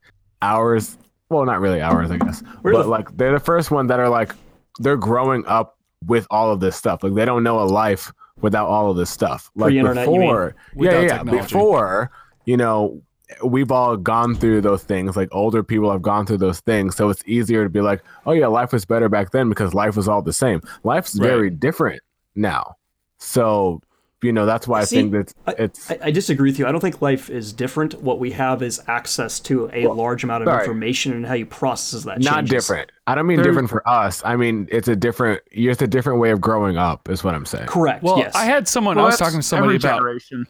B: ours. Well, not really ours, I guess.
D: We're
B: but
D: the-
B: like they're the first one that are like they're growing up with all of this stuff. Like they don't know a life without all of this stuff. Like
D: Pre-internet, you mean?
B: before, yeah,
A: Without
B: yeah, yeah,
A: technology.
B: before you know. We've all gone through those things. Like older people have gone through those things, so it's easier to be like, "Oh yeah, life was better back then because life was all the same." Life's
A: Right.
B: very different now. So, you know, that's why I
D: See,
B: think that
D: I-
B: it's
D: I, I disagree with you. I don't think life is different. What we have is access to a large amount of
B: sorry.
D: information and how you process that.
B: not
D: changes.
B: different. I don't mean
C: There-
B: different for us. I mean it's a different it's a different way of growing up is what I'm saying.
D: Correct.
A: Well,
D: yes,
A: I had someone
C: well,
A: I was
C: that's
A: talking to somebody
C: every
A: about
C: generation.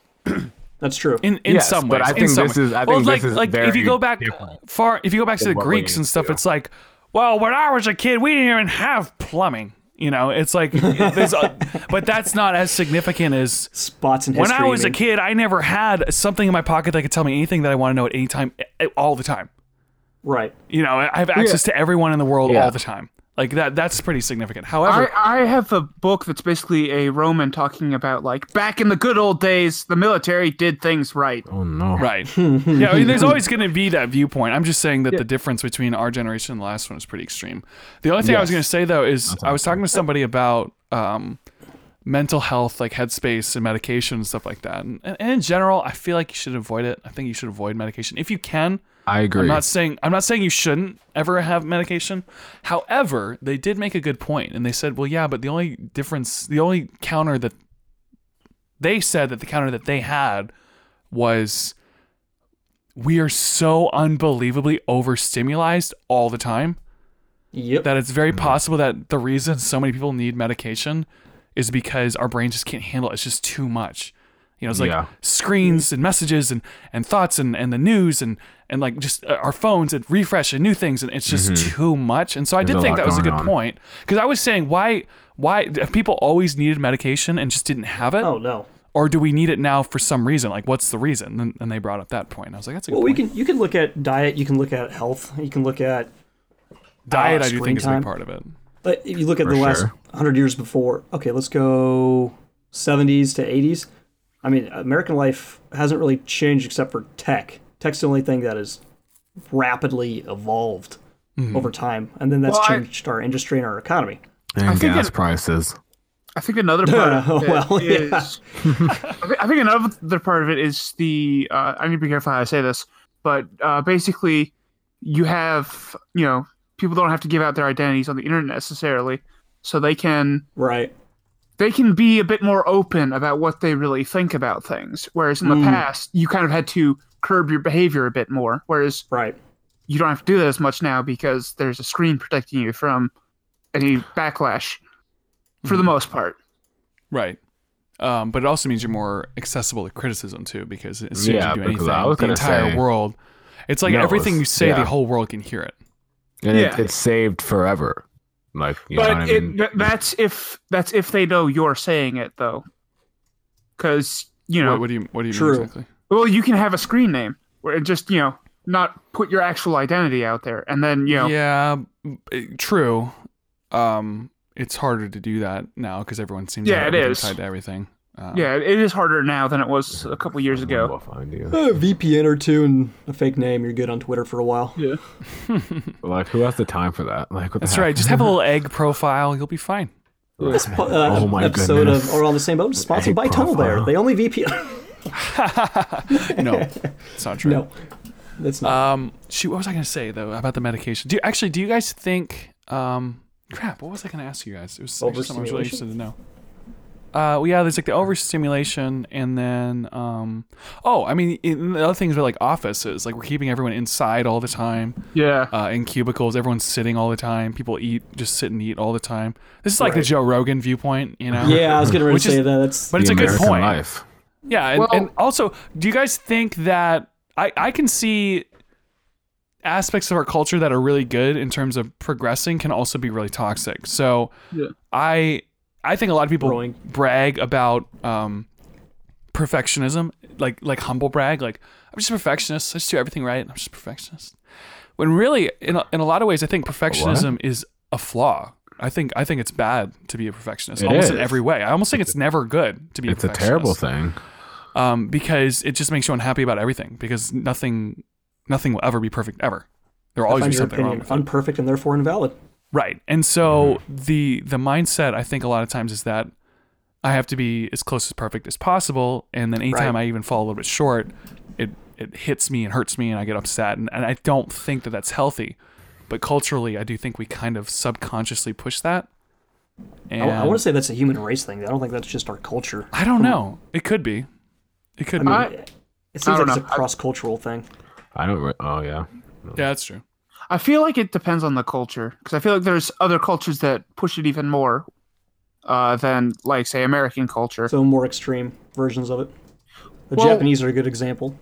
D: that's true.
A: in in
B: Yes,
A: some ways.
B: but I
A: in
B: think
A: some
B: this
A: ways.
B: is- I
A: well,
B: think
A: like
B: this is
A: like if you
B: very
A: go back
B: different
A: far, if you go back to the
B: than what we
A: Greeks and
B: used
A: stuff,
B: to.
A: it's like, well, when I was a kid, we didn't even have plumbing. You know, it's like, there's a, but that's not as significant as
D: Spots in
A: when
D: history.
A: I was
D: mean.
A: a kid. I never had something in my pocket that could tell me anything that I want to know at any time, eh, all the time.
D: right?
A: You know, I have access to everyone in the world
B: Yeah.
A: all the time. Like that, that's pretty significant. However,
C: I, I have a book that's basically a Roman talking about like back in the good old days, the military did things right.
B: Oh no.
A: Right. yeah, I mean, there's always going to be that viewpoint. I'm just saying that the difference between our generation and the last one is pretty extreme. The only thing I was
B: Yes.
A: going to say though is I was talking to somebody about um, mental health, like headspace and medication and stuff like that. And, and in general, I feel like you should avoid it. I think you should avoid medication if you can.
B: I agree.
A: I'm not saying I'm not saying you shouldn't ever have medication. However, they did make a good point, and they said, "Well, yeah, but the only difference, the only counter that they said that the counter that they had was we are so unbelievably overstimulated all the time
D: Yep.
A: that it's
B: Mm-hmm.
A: very possible that the reason so many people need medication is because our brain just can't handle it. It's just too much. You know, it's like
B: Yeah.
A: screens and messages and, and thoughts and, and the news and, and like just uh, our phones and refresh and new things. And it's just too much. And so I did
B: Mm-hmm. a
A: think
B: lot
A: that was a
B: going
A: good
B: on.
A: point because I was saying why, why if people always needed medication and just didn't have it
D: oh no.
A: or do we need it now for some reason? Like what's the reason? And, and they brought up that point. I was like, that's a good
D: Well, we
A: point.
D: can. You can look at diet. You can look at health. You can look at
A: Diet,
D: uh,
A: I do
D: screen
A: think is a
D: time.
A: big part of it.
D: But if you look at the last
B: sure.
D: 100 years before, okay, let's go 70s to 80s. I mean, American life hasn't really changed except for tech. Tech's the only thing that has rapidly evolved over time, and then that's
C: Well, I-
D: changed our industry and our economy.
B: and
C: think
B: gas
C: it-
B: prices.
C: I think another part of it
D: well, yeah.
C: is, I, thi- I think another part of it is the uh, I need to be careful how I say this, but uh, basically, you have you know people don't have to give out their identities on the internet necessarily, so they can
D: Right.
C: they can be a bit more open about what they really think about things. Whereas
D: Mm.
C: in the past, you kind of had to curb your behavior a bit more. Whereas
D: Right.
C: you don't have to do that as much now because there's a screen protecting you from any backlash, for
D: Mm.
C: the most part.
A: Right. Um, but it also means you're more accessible to criticism too, because as soon
B: Yeah,
A: as you do
B: because
A: anything,
B: I was
A: the
B: gonna
A: entire
B: say-
A: world, it's like
B: No,
A: everything
B: it's-
A: you say,
B: yeah.
A: the whole world can hear it.
B: And it,
C: Yeah.
B: it's saved forever. Like you know
C: but
B: what I
C: it,
B: mean?
C: th- that's if that's if they know you're saying it though, because you know,
A: What, what do you What do you
D: True.
A: mean exactly?
C: well, you can have a screen name where it just you know not put your actual identity out there, and then you know,
A: Yeah, b- true. Um, it's harder to do that now because everyone seems to
C: Yeah,
A: have
C: it
A: everything
C: is.
A: tied to everything. Um,
C: yeah, it is harder now than it was a couple years ago.
B: We'll find you.
D: VPN or two and a fake name, you're good on Twitter for a while.
B: Like who has the time for that? Like what the
A: that's
B: heck?
A: right. Just have a little egg profile. You'll be fine.
D: This po- uh,
B: Oh my
D: episode
B: goodness.
D: of Or on the Same Boat is sponsored by
B: profile.
D: Tunnel Bear. They only VPN.
A: No, it's not true.
D: no, that's not.
A: Um, shoot, what was I gonna say though about the medication? Do you, actually, do you guys think? Um, crap, what was I gonna ask you guys? It was actually something I was really interested to know. Uh, well, yeah, there's like the overstimulation, and then um, oh, I mean, in, the other things were like offices, like we're keeping everyone inside all the time,
C: Yeah.
A: uh, in cubicles, everyone's sitting all the time, people eat, just sit and eat all the time. This is like the
D: Right.
A: Joe Rogan viewpoint, you know?
D: yeah, I was getting ready
A: which
D: to say
A: is-
D: that. That's
A: but it's
B: the
A: a good
B: American
A: point.
B: Life.
A: Yeah, and,
C: Well-
A: and also, do you guys think that I, I can see aspects of our culture that are really good in terms of progressing can also be really toxic. So
C: Yeah.
A: I I think a lot of people
D: Growing.
A: brag about um, perfectionism, like like humble brag, like I'm just a perfectionist. I just do everything right. I'm just a perfectionist. When really, in a, in a lot of ways, I think perfectionism is a flaw. I think I think it's bad to be a perfectionist
B: It
A: almost in
B: is.
A: every way. I almost think it's never good to be.
B: It's
A: a
B: a terrible
A: perfectionist
B: thing.
A: um, because it just makes you unhappy about everything because nothing nothing will ever be perfect ever. There will always be
D: find your
A: something wrong
D: opinion Mm-hmm.
A: with it.
D: unperfect and therefore invalid.
A: Right. And so the the mindset I think a lot of times is that I have to be as close as perfect as possible and then anytime
D: Right.
A: I even fall a little bit short, it it hits me and hurts me and I get upset and, and I don't think that that's healthy. But culturally, I do think we kind of subconsciously push that.
D: I-
A: And
D: I, want to say that's a human race thing. I don't think that's just our culture.
A: I don't know. It could be. It could be.
C: I,
D: It seems
C: I
D: like
C: don't
D: it's a
C: know. I-
D: cross cultural thing.
B: I don't. Re- oh yeah.
A: Yeah, that's true.
C: I feel like it depends on the culture because I feel like there's other cultures that push it even more uh, than, like, say, American culture.
D: So more extreme versions of it. The
C: Well-
D: Japanese are a good example.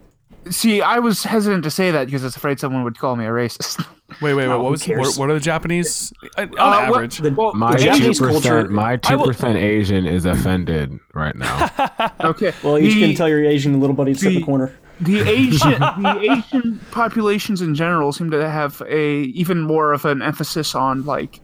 C: See, I was hesitant to say that because I was afraid someone would call me a racist.
A: Wait, wait, wait.
D: Oh, who
A: what was what,
D: cares?
A: what are the Japanese uh, on
C: Uh, what-
A: average?
D: The,
C: Well,
B: My
D: the
B: two
D: Japanese culture.
B: percent. My
A: I
B: two
A: will-
B: percent Asian is offended right now.
C: okay.
D: well, you
C: the,
D: can tell your Asian little buddy to sit in the
C: the-
D: corner.
C: the Asian the Asian populations in general seem to have a even more of an emphasis on like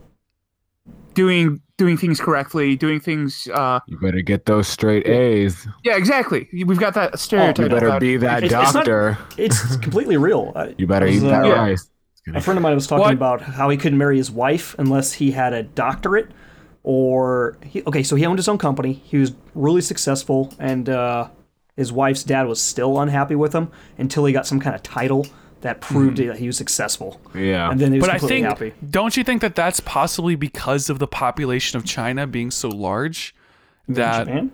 C: doing doing things correctly, doing things. Uh,
B: you better get those straight A's.
C: yeah, exactly. We've got that
B: You
C: stereotype.
B: Oh, better
C: about-
B: be that
D: It's- it's not-
B: doctor.
D: It's completely real. I- uh,
B: You better
D: there's
B: eat
D: a-
B: that
C: Yeah.
B: rice.
D: A friend of mine was talking
A: What?
D: about how he couldn't marry his wife unless he had a doctorate, or he, okay, so he owned his own company. He was really successful, and uh, his wife's dad was still unhappy with him until he got some kind of title that proved that he was successful.
B: Yeah.
D: and then he was
A: Hmm. But I
D: completely
A: think
D: happy.
A: don't you think that that's possibly because of the population of China being so large that
D: Japan?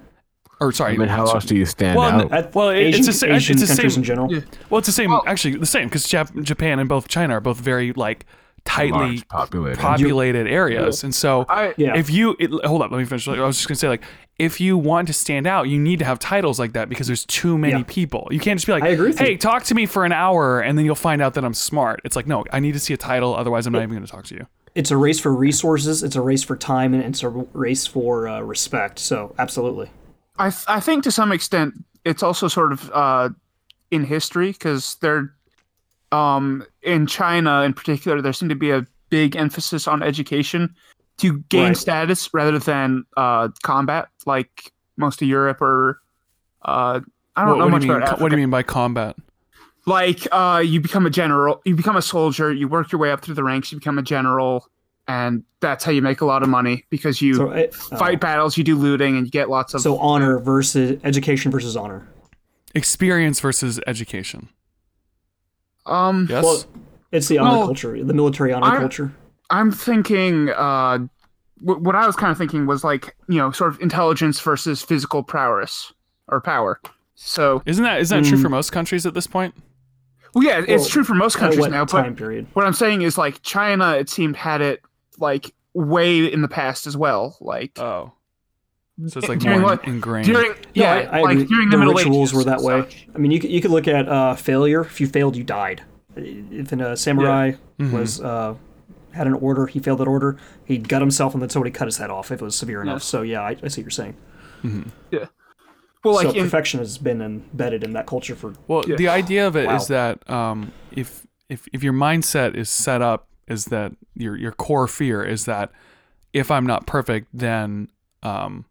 A: or sorry,
B: I mean, how else do you stand
A: well,
B: out?
A: n- well, it-
D: Asian,
A: it's the same.
D: Asian
A: it's the
D: countries
A: same.
D: in general.
A: Well, it's the same. actually, the same because Jap- Japan and both China are both very like tightly
B: Large populated.
A: populated areas, and so
C: I,
D: Yeah.
A: if you it, hold up, let me finish. I was just gonna say like if you want to stand out, you need to have titles like that because there's too many
D: Yeah.
A: people. You can't just be like,
D: I agree with
A: "Hey,
D: you.
A: talk to me for an hour, and then you'll find out that I'm smart." It's like, no, I need to see a title, otherwise I'm not even gonna talk to you.
D: It's a race for resources. It's a race for time, and it's a race for uh, respect. So absolutely.
C: I, th- I think to some extent it's also sort of uh, in history because they're um, in China in particular there seemed to be a big emphasis on education to gain
D: Right.
C: status rather than uh, combat like most of Europe or uh, I don't
A: What,
C: know
A: what
C: much
A: do you mean?
C: about
A: co-
C: Africa.
A: What do you mean by combat?
C: Like uh, you become a general, you become a soldier, you work your way up through the ranks, you become a general, and that's how you make a lot of money because you
D: So it,
C: fight
D: oh.
C: battles, you do looting, and you get lots of
D: So honor versus education versus honor.
A: Experience versus education.
C: um.
A: Yes.
D: Well, it's the honor
C: Well,
D: culture, the military honor
C: I-
D: culture.
C: I'm thinking. Uh, w- what I was kind of thinking was like you know, sort of intelligence versus physical prowess or power. So,
A: isn't that isn't that true
D: Mm.
A: for most countries at this point?
C: well, yeah, it's
D: Well,
C: true for most
D: At
C: countries
D: what
C: now. But
D: time period?
C: what I'm saying is like China, it seemed had it like way in the past as well. Like
A: Oh, so it's like
C: during
A: more
C: what-
A: ingrained.
C: during
D: No,
C: yeah,
D: I, I
C: like
D: agree.
C: during the,
D: the
C: Middle
D: rituals
C: Ages
D: were that
C: and
D: way.
C: such.
D: I mean, you could, you could look at uh, failure. If you failed, you died. If a samurai
A: Mm-hmm.
D: was uh, had an order, he failed that order. He gut himself, and then somebody cut his head off if it was severe enough. So yeah, I, I see what you're saying.
C: Well, like
D: so
C: in,
D: perfection has been embedded in that culture for
A: Well, the idea of it is
D: Wow.
A: that um, if if if your mindset is set up is that your your core fear is that if I'm not perfect, then um,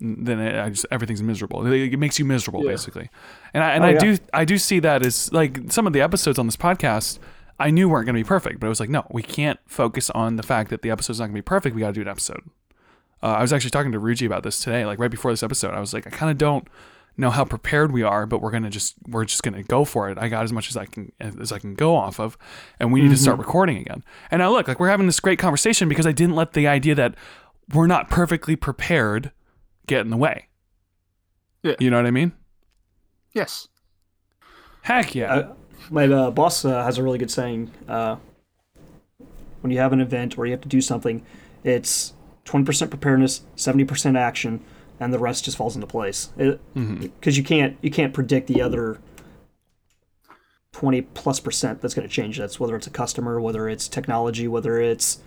A: then it, I just everything's miserable. It, it makes you miserable basically. And I and I
D: yeah.
A: do I do see that as like some of the episodes on this podcast. I knew weren't going to be perfect, but I was like, no, we can't focus on the fact that the episode's not going to be perfect. We got to do an episode. Uh, I was actually talking to Ruji about this today, like right before this episode. I was like, I kind of don't know how prepared we are, but we're gonna just we're just gonna go for it. I got as much as I can as I can go off of, and we need to start recording again. And now look, like we're having this great conversation because I didn't let the idea that we're not perfectly prepared get in the way.
C: Yeah.
A: You know what I mean?
C: Yes.
A: Heck yeah.
D: Uh, my uh, boss uh, has a really good saying. Uh, when you have an event or you have to do something, it's 20% preparedness, 70% action, and the rest just falls into place. Because
A: Mm-hmm.
D: you can't you can't predict the other 20 plus percent that's going to change. That's whether it's a customer, whether it's technology, whether it's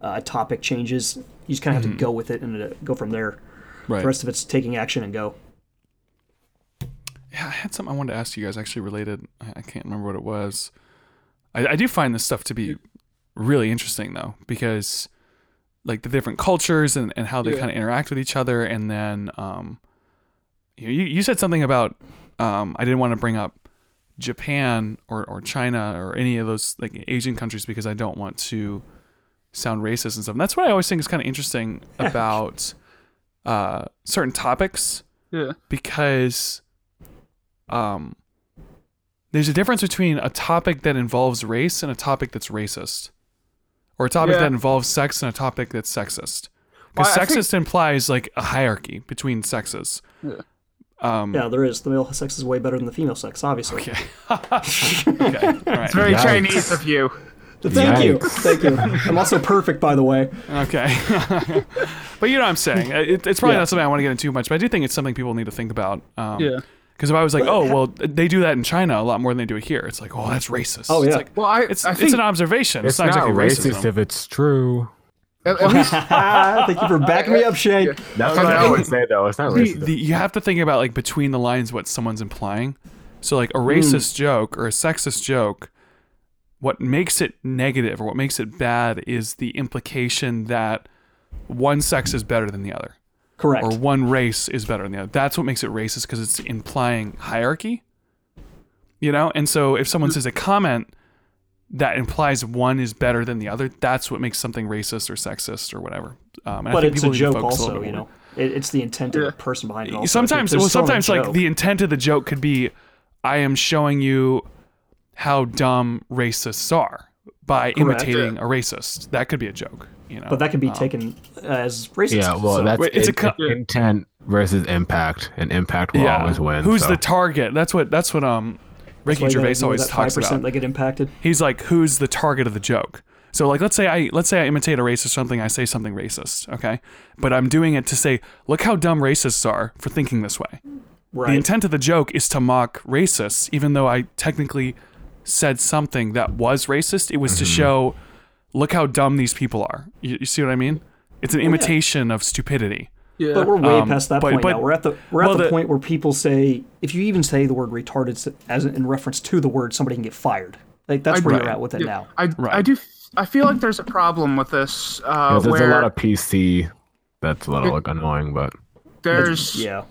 D: uh, topic changes. You just kind of have to go with it and uh, go from there.
A: Mm-hmm. right.
D: The rest of it's taking action and go.
A: Yeah, I had something I wanted to ask you guys actually related. I I can't remember what it was. I, I do find this stuff to be really interesting though, because like the different cultures and, and how they kind of interact with each other. And then um, you, you you said something about, um, I didn't want to bring up Japan or, or China or any of those like Asian countries because I don't want to sound racist and stuff. And that's what I always think is kind of interesting about uh, certain topics
C: Yeah.
A: because um there's a difference between a topic that involves race and a topic that's racist or a topic
C: Yeah.
A: that involves sex and a topic that's sexist because
C: Well, I think-
A: sexist implies like a hierarchy between sexes um
D: Yeah, there is. The male sex is way better than the female sex, obviously.
A: okay okay all right
C: It's very
B: Yikes.
C: Chinese of you.
D: Thank you.
B: Yikes.
D: Thank you. I'm also perfect, by the way.
A: okay but you know what i'm saying Uh, it, it's probably
D: Yeah.
A: not something i want to get into too much but i do think it's something people need to think about um
C: Yeah.
A: because if i was like oh well they do that in china a lot more than they do it here it's like oh that's racist
D: Oh,
A: it's
D: yeah.
A: like
C: Well, I,
A: It's,
C: I
A: it's
C: think
A: an observation. It's,
B: It's
A: not,
B: not
A: exactly
B: racist
A: racism.
B: if it's true.
C: at, at least
D: Thank you for backing me up, Shane.
B: That's what I always say, though. It's not
A: The-
B: racist.
A: the- you have to think about like between the lines what someone's implying. So like a
D: Hmm.
A: racist joke or a sexist joke, what makes it negative or what makes it bad is the implication that one sex is better than the other
D: Correct.
A: or one race is better than the other. That's what makes it racist because it's implying hierarchy. You know, and so if
D: Hmm.
A: someone says a comment that implies one is better than the other, that's what makes something racist or sexist or whatever. Um, and I
D: but
A: think
D: it's a
A: people need to
D: joke,
A: focus a little
D: also.
A: bit
D: You
A: more.
D: know, it, it's the intent of the person behind it. Also.
A: sometimes
D: If
A: well
D: there's still a
A: sometimes like
D: joke-
A: the intent of the joke could be i am showing you how dumb racists are by imitating a racist that could be a joke you know
D: but that can be taken as racist.
B: Yeah, well,
D: so-
B: that's
A: Wait, it's a
B: in-
A: co-
B: intent versus impact, and impact will always win.
A: who's
B: so.
A: the target that's what that's what um ricky
D: like that-
A: gervais
D: you know,
A: always
D: that
A: talks
D: 5%
A: about
D: That get impacted.
A: he's like who's the target of the joke so like let's say i let's say i imitate a racist or something i say something racist okay but i'm doing it to say look how dumb racists are for thinking this way
D: Right.
A: The intent of the joke is to mock racists, even though I technically said something that was racist. It was to show, look how dumb these people are. You, you see what I mean? It's an imitation of stupidity.
C: yeah.
D: but we're way
A: um,
D: past that
A: but-
D: point
A: but-
D: now. We're at the we're at
A: well,
D: the,
A: the-
D: point where people say if you even say the word retarded s- as in reference to the word, somebody can get fired. Like that's where
A: Right.
D: you're at with it now.
C: I,
A: Right.
C: I do. I feel like there's a problem with this. Uh,
B: Yeah, there's
C: where
B: a lot of PC that's a little like, annoying, but
C: there's
D: Yeah.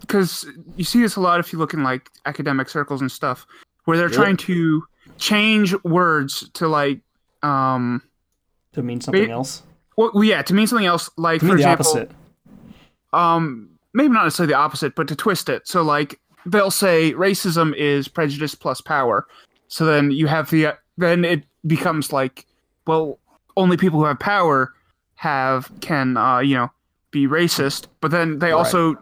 C: because you see this a lot if you look in like academic circles and stuff where they're trying to change words to like um
D: To mean something
C: Ba-
D: else.
C: well well, yeah to mean something else like
D: To mean
C: for
D: the
C: example
D: opposite.
C: um maybe not necessarily the opposite but to twist it so like they'll say racism is prejudice plus power so then you have the then it becomes like well only people who have power have can uh you know be racist but then they also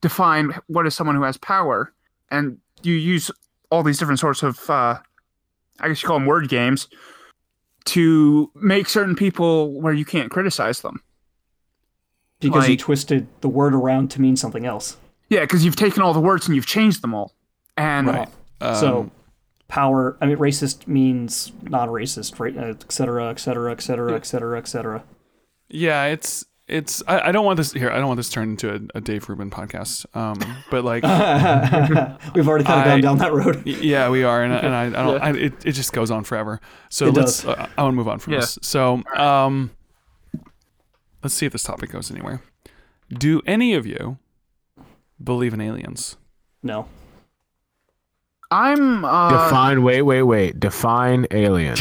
C: define what is someone who has power and you use all these different sorts of uh i guess you call them word games to make certain people where you can't criticize them
D: Because you
C: like-
D: twisted the word around to mean something else.
C: Yeah, because you've taken all the words and you've changed them all. And
D: Uh, So
B: Um,
D: power, I mean, racist means non-racist, right? uh, Et cetera, et cetera, et cetera, et cetera, et cetera.
A: Yeah, it's it's. I, I don't want this here. I don't want this turned into a, a Dave Rubin podcast. Um, but like,
D: We've already kind of
A: I-
D: gone down that road.
A: yeah, we are, and, I- and I, I don't. I, it, it just goes on forever. So
D: It
A: let's.
D: does.
A: Uh, I want to move on from
C: Yeah.
A: this. So um, let's see if this topic goes anywhere. Do any of you believe in aliens?
D: No.
C: I'm uh,
D: Uh,
B: define. Wait, wait, wait. Define alien.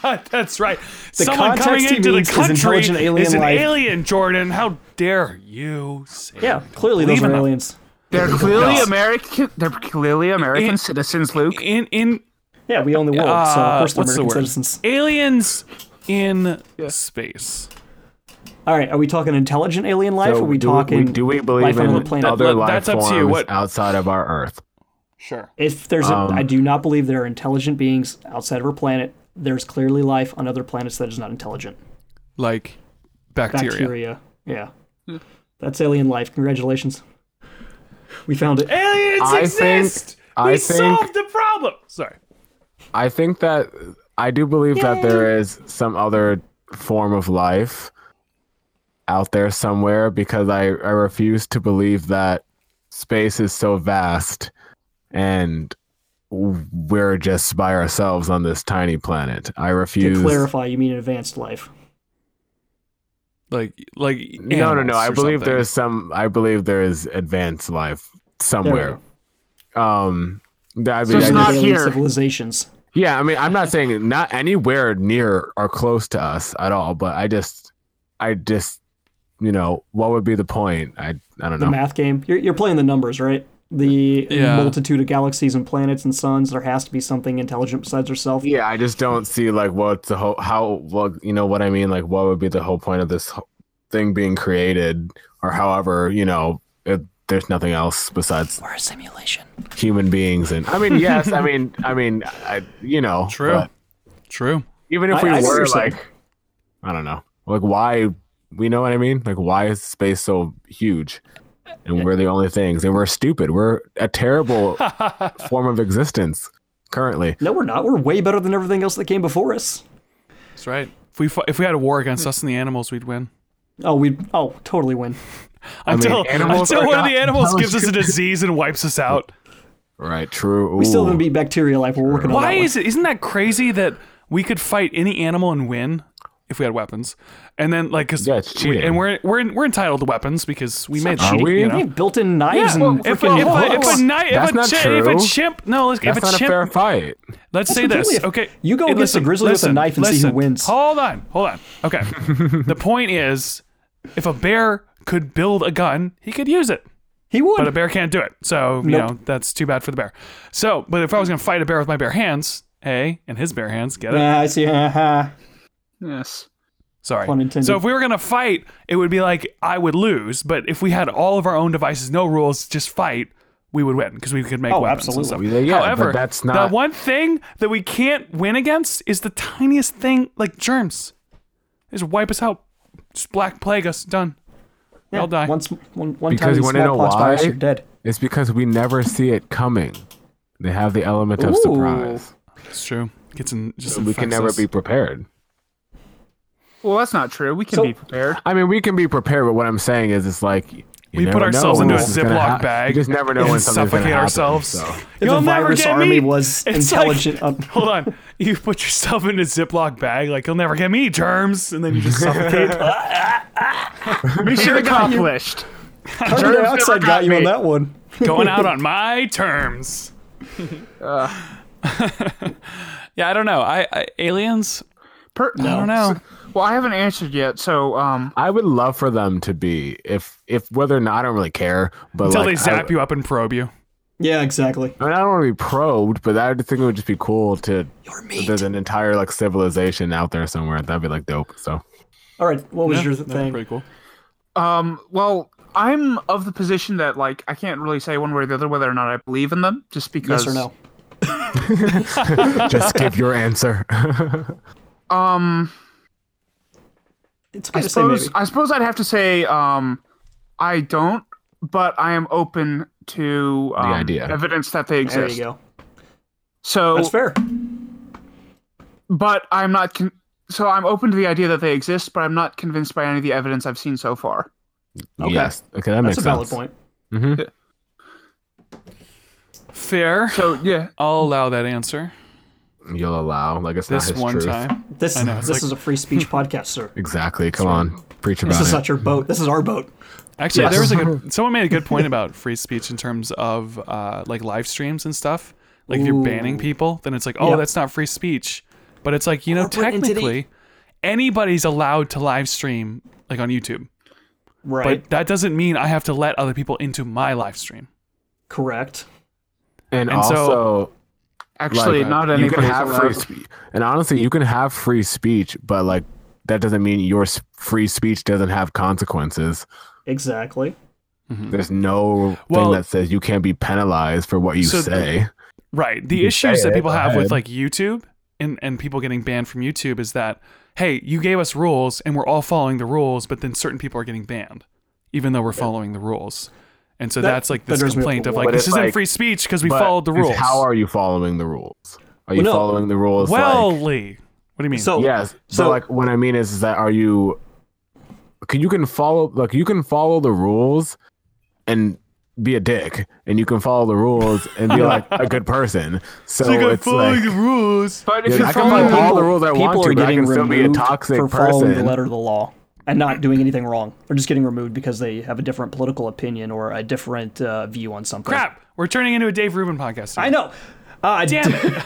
A: That's right. Someone
D: context
A: coming
D: he
A: into the
D: means is
A: country
D: intelligent alien
A: is an
D: life.
A: alien, Jordan. How dare you say
D: Yeah, clearly those
A: Believe
D: are
A: it or not.
D: aliens.
C: They're clearly American. They're clearly American citizens, Luke.
A: in in
D: Yeah, we own the world, so
A: uh,
D: of course they're
A: what's the
D: American
A: word?
D: citizens.
A: Aliens in space.
D: All right, are we talking intelligent alien life?
B: So
D: or are we
B: do
D: talking?
B: do we believe
D: life on
B: in
D: the planet?
B: other
A: That-
B: life
A: that's up to
B: forms
A: you. What-
B: outside of our Earth?
A: Sure.
D: If there's, a,
B: um,
D: I do not believe there are intelligent beings outside of our planet. There's clearly life on other planets that is not intelligent.
A: Like bacteria.
D: Bacteria. Yeah. That's alien life. Congratulations. We found it.
A: Aliens
B: I
A: exist.
B: think- I
A: we
B: think-
A: solved the problem. Sorry.
B: I think that I do believe that there is some other form of life out there somewhere because I, I refuse to believe that space is so vast and we're just by ourselves on this tiny planet. I refuse.
D: To clarify, you mean advanced life.
A: Like like
B: no, no, no.
A: animals
B: I
A: or
B: believe
A: something.
B: there is some. I believe there is advanced life
D: There we
B: somewhere.
D: go.
B: Um, that- I mean,
C: it's
B: I
C: not
B: just-
D: Alien
C: here.
D: civilizations.
B: Yeah, I mean, I'm not saying not anywhere near or close to us at all, but I just, I just, you know, what would be the point? I, I don't
D: The
B: know.
D: math game. You're, you're playing the numbers, right? The
A: Yeah.
D: multitude of galaxies and planets and suns. There has to be something intelligent besides ourselves.
B: yeah, I just don't see like what's the whole how what you know what I mean. Like, what would be the whole point of this whole thing being created, or however you know, if there's nothing else besides
D: We're a simulation.
B: human beings. And I mean, yes, I mean, I mean, I, you know,
A: True.
B: but
A: True.
B: even if we
D: I- I see what
B: were
D: you're saying.
B: like, I don't know, like why we know what I mean. Like why is space so huge, and we're the only things, and we're stupid. We're a terrible form of existence currently.
D: No, we're not. We're way better than everything else that came before us.
A: That's right. If we fought, if we had a war against us and the animals, we'd win.
D: Oh, we. Oh, totally win.
B: mean,
A: Until,
B: animals
A: until
B: are
A: one of
B: not
A: the animals gives us a disease and wipes us out.
B: Right. True.
D: We still
B: Ooh.
D: haven't beat bacteria life. We're working on
A: Why
D: that. one.
A: is it? Isn't that crazy that we could fight any animal and win if we had weapons? And then like, 'cause
B: Yeah, it's
A: we-
B: cheating.
A: and we're we're we're entitled to weapons because we made
D: Are
A: cheating.
B: we?
A: You
D: We
A: know?
D: have built-in knives
A: Yeah,
D: and
A: if, a,
D: freaking
A: if, a, if
D: hooks.
A: a knife,
B: That's
A: if a,
B: not
A: chi- if a
B: true.
A: chimp, no, let's,
B: That's
A: if a
B: not a
A: chimp,
B: fair fight.
A: let's say
D: completely
A: this,
D: a-
A: okay?
D: you go
A: Hey,
D: against a
A: listen,
D: grizzly with a
A: listen,
D: knife and see who
A: listen.
D: wins.
A: Hold on, hold on. Okay, the point is, if a bear could build a gun, he could use it.
D: He would.
A: but a bear can't do it. So you
D: Nope.
A: know that's too bad for the bear. So, but if I was gonna fight a bear with my bare hands, hey, and his bare hands, get it?
D: Ah, I see. Ha, ha.
C: Yes.
A: Sorry.
D: pun intended.
A: So if we were gonna fight, it would be like I would lose. But if we had all of our own devices, no rules, just fight, we would win because we could make
D: Oh,
A: weapons. and
D: absolutely.
A: stuff.
B: Yeah, but
A: However,
B: that's
A: the
B: not-
A: one thing that we can't win against is the tiniest thing, like germs. They just wipe us out. Just black plague us. Done.
D: Yeah,
A: I'll die.
D: Once, one, one
B: Because
D: time
B: you
D: you
B: wanna know
D: smallpox
B: why?
D: virus, you're dead.
B: It's because we never see it coming. They have the element of
D: Ooh.
B: surprise.
A: It's true. Gets in. Just
B: We can
A: infects
B: never
A: us.
B: be prepared.
C: Well, that's not true. We can
D: So-
C: be prepared.
B: I mean, we can be prepared, but what I'm saying is, it's like you
A: We put
B: never
A: ourselves
B: know
A: into a
B: when this is gonna
A: Ziploc
B: hap-
A: bag
B: You just never know
A: and
B: when something's gonna
A: suffocate
B: happen,
A: ourselves.
B: so.
D: If
A: You'll
D: a
A: never
D: virus
A: get
D: army
A: me.
D: was
A: It's
D: intelligent,
A: like-
D: um,
A: hold on, you put yourself in a Ziploc bag, like you'll never get me germs, and then you just suffocate.
C: Mission accomplished.
D: carbon
C: never
D: dioxide
C: got
D: got you on
C: me.
D: that one.
A: going out on my terms. yeah, I don't know. I, I aliens.
C: Per-
A: I don't know.
C: Well, I haven't answered yet, so um,
B: I would love for them to be if if whether or not I don't really care, but
A: Until
B: like,
A: they zap
B: I,
A: you up and probe you.
D: Yeah, exactly.
B: I mean, I don't want to be probed, but I would think it would just be cool to.
D: You're
B: if
D: me.
B: There's an entire like civilization out there somewhere. That'd be like dope. So
D: All right, what was
A: Yeah,
D: your
A: that'd be
D: thing?
A: Pretty cool.
C: um, well, I'm of the position that like I can't really say one way or the other whether or not I believe in them, just because.
D: Yes or no?
B: just give your answer.
C: Um,
D: It's okay
C: I
D: to say maybe.
C: suppose I suppose I'd have to say um, I don't, but I am open to um,
B: idea.
C: evidence that they exist.
D: There you go.
C: So
D: That's fair.
C: but I'm not. Con- so I'm open to the idea that they exist, but I'm not convinced by any of the evidence I've seen so far.
D: Okay.
B: Yes. Okay, that
D: That's
B: makes
D: a valid
B: sense.
D: point.
A: Fair.
C: So yeah,
A: I'll allow that answer
B: You'll allow like it's
A: this
B: not his
A: one
B: truth.
A: time.
D: This
A: I know, it's
D: this
A: like-
D: is a free speech podcast, sir.
B: Exactly. Come on, preach about
D: This is
B: it.
D: not your boat. This is our boat.
A: Actually,
D: Yes.
A: there was a good, someone made a good point about free speech in terms of uh, like live streams and stuff. Like if you're banning people, then it's like, oh,
D: Yep. Oh,
A: that's not free speech But it's like, you know,
D: Corporate entity.
A: technically anybody's allowed to live stream like on YouTube.
D: Right.
A: But that doesn't mean I have to let other people into my live stream.
D: Correct.
B: And,
A: And so-
B: also,
C: Actually,
B: like, uh,
C: not
B: you can
C: anybody's
B: have free
C: allowed.
B: speech. And honestly, you can have free speech, but like that doesn't mean your s- free speech doesn't have consequences.
D: Exactly.
B: There's no
A: Mm-hmm. Well-
B: thing that says you can't be penalized for what you
A: So-
B: say.
A: Right. The
B: You say
A: issues that
B: it,
A: people
B: go
A: have with
B: ahead.
A: like YouTube and, and people getting banned from YouTube is that, hey, you gave us rules and we're all following the rules, but then certain people are getting banned, even though we're following the rules. And so
D: That-
A: that's like this
D: that drives me up
A: complaint
D: the
A: of
D: wall.
A: like
B: But
A: this
B: it's
A: isn't
B: like-
A: free speech because we
B: But
A: followed the
B: it's
A: rules.
B: How are you following the rules? Are you
D: Well, no.
B: following the rules?
A: well,
B: like,
A: Lee, what do you mean?
D: So
B: yes.
D: so-
B: So, like, what I mean is, is that are you? Can you can follow like you can follow the rules, and be a dick, and you can follow the rules and be like a good person. So, it's like
A: the rules.
C: But if
B: Yeah,
C: you're
B: I can
C: following
B: follow all
C: people,
B: the rules I
D: people
B: want
D: are
B: to, but I
D: getting
B: can still be a
D: removed
B: toxic
D: for following the
B: person.
D: letter of the law and not doing anything wrong. They're just getting removed because they have a different political opinion or a different uh, view on something.
A: Crap. We're turning into a Dave Rubin podcast.
D: I know. Uh,
A: Damn it.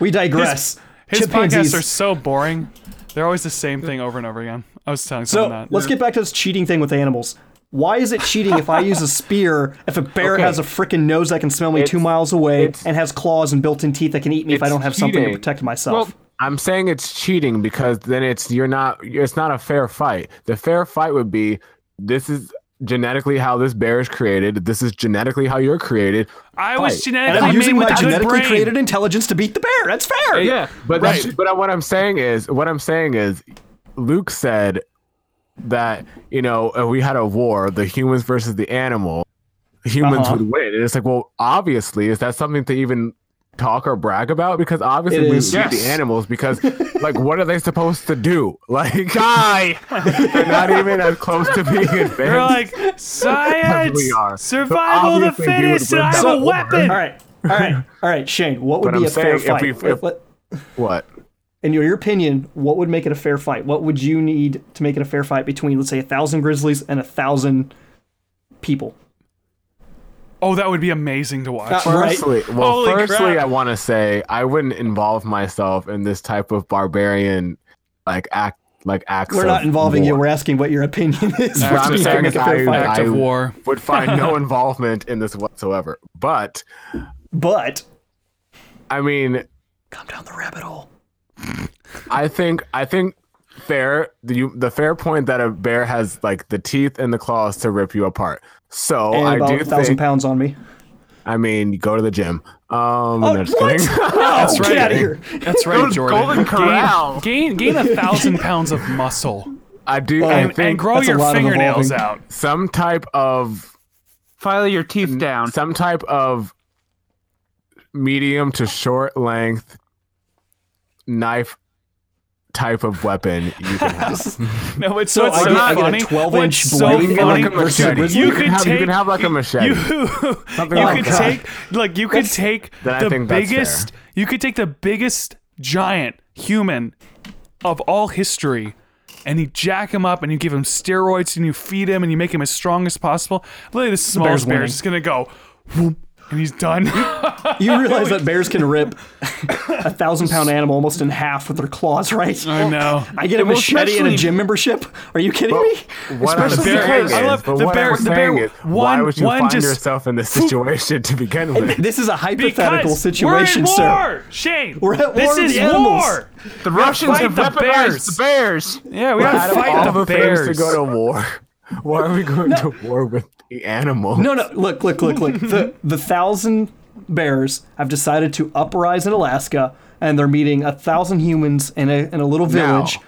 D: we digress.
A: His
D: Chimpanzees.
A: podcasts are so boring. They're always the same thing over and over again. I was telling
D: So
A: someone that.
D: let's get back to this cheating thing with animals. Why is it cheating if I use a spear if a bear
B: Okay.
D: has a freaking nose that can smell me two
B: It's-
D: miles away
B: it's-
D: and has claws and built-in teeth that can eat me if I
B: it's
D: don't have something to
B: cheating.
D: protect myself?
B: I'm saying it's cheating because then it's you're not it's not a fair fight. The fair fight would be this is genetically how this bear is created. This is genetically how you're created.
A: I was
B: Right.
A: genetically
D: and I'm
A: made
D: using
A: with
D: my
A: a good
D: genetically
A: brain.
D: created intelligence to beat the bear. That's fair.
B: Yeah, but
A: Right.
B: that's, but what I'm saying is what I'm saying is Luke said that you know if we had a war, the humans versus the animal, humans
D: Uh-huh.
B: would win. And it's like, well, obviously, is that something to even talk or brag about? Because obviously,
D: It
B: we
D: is.
B: beat
C: Yes.
B: the animals because like what are they supposed to do? Like
C: die.
B: they're not even as close to being advanced.
A: They're like science,
B: We are.
A: survival
B: So
A: of the
B: obviously we would
A: fittest, and
B: win
A: I have
B: that
A: a
B: war.
A: weapon.
D: All right. All right. All right, Shane, what would
B: But I'm
D: be a fair
B: saying if
D: fight?
B: we-
D: What-
B: if-
D: what-
B: what?
D: in your, your opinion, what would make it a fair fight? What would you need to make it a fair fight between, let's say, a thousand grizzlies and a thousand people?
A: Oh, that would be amazing to watch.
D: Uh, Right.
B: Firstly, well,
A: Holy
B: firstly,
A: crap.
B: I want to say I wouldn't involve myself in this type of barbarian, like act, like acts.
D: We're
B: of
D: not involving you.
B: war.
D: We're asking what your opinion is.
A: Act
D: for
A: of-
D: if you can
A: act
D: make a
B: of-
D: fair fight.
A: Act of
B: I-
A: war.
B: Would find no involvement in this whatsoever. But
D: But
B: I mean,
D: come down the rabbit hole.
B: I think I think fair the you, the fair point that a bear has like the teeth and the claws to rip you apart. So
D: And
B: I
D: about
B: do
D: a thousand
B: think.
D: pounds on me.
B: I mean, go to the gym. Um,
A: Uh,
D: Oh,
B: no, just
D: what?
B: kidding.
D: No,
A: That's
D: get
A: right.
D: out of here.
A: That's right,
C: Golden
A: Jordan.
C: Corral.
A: Gain, gain, gain a thousand pounds of muscle
B: I do. I
A: and,
B: think
A: and grow
D: that's a
A: your
D: lot of
A: fingernails
D: evolving.
A: out.
B: some type of
C: File your teeth down.
B: some type of medium to short length knife type of weapon you can have.
A: No, it's
D: So
A: so, it's
D: I
A: so
D: get- I get a
A: funny.
D: 12
A: What's
D: inch
A: so
D: blade
B: you can get
A: funny-
B: like a
D: versus a
B: machete.
D: grizzly?
A: You
B: can
A: could
B: have, you
A: take-
B: can have like a machete.
A: You,
B: Something
A: you
B: like
A: could
B: that.
A: take like you could take
B: Then I
A: the
B: think that's
A: biggest you could take the biggest giant human of all history and you jack him up and you give him steroids and you feed him and you make him as strong as possible. Look at this
D: bear's
A: smallest bear
D: winning.
A: is just gonna go whoop, and he's done.
D: You realize that bears can rip a thousand pound animal almost in half with their claws, right?
A: I know.
D: I get a
C: Well,
D: machete and a
C: especially-
D: gym membership? Are you kidding me?
B: What I'm
A: Especially
B: saying
A: because-
B: is,
A: I love-
B: but
A: the
B: what
A: bear-
B: I'm
A: the bear-
B: saying is, why
A: one-
B: would you
A: one
B: find
A: just-
B: yourself in this situation to begin with?
D: This is a hypothetical
A: Because
D: situation,
A: we're at
D: sir.
A: war, Shane.
D: We're at
A: this
D: war with
A: is
D: the animals.
A: war.
C: The Russians
A: fight
C: have
A: the
C: weaponized
A: bears.
C: the bears.
A: Yeah, we gotta
B: Out of
A: fight
B: all
A: the,
B: the
A: bears.
B: things to go to war, why are we going to war with the animal?
D: No, no, look, look, look, look. The the thousand bears have decided to uprise in Alaska, and they're meeting a thousand humans in a in a little
B: Now,
D: village.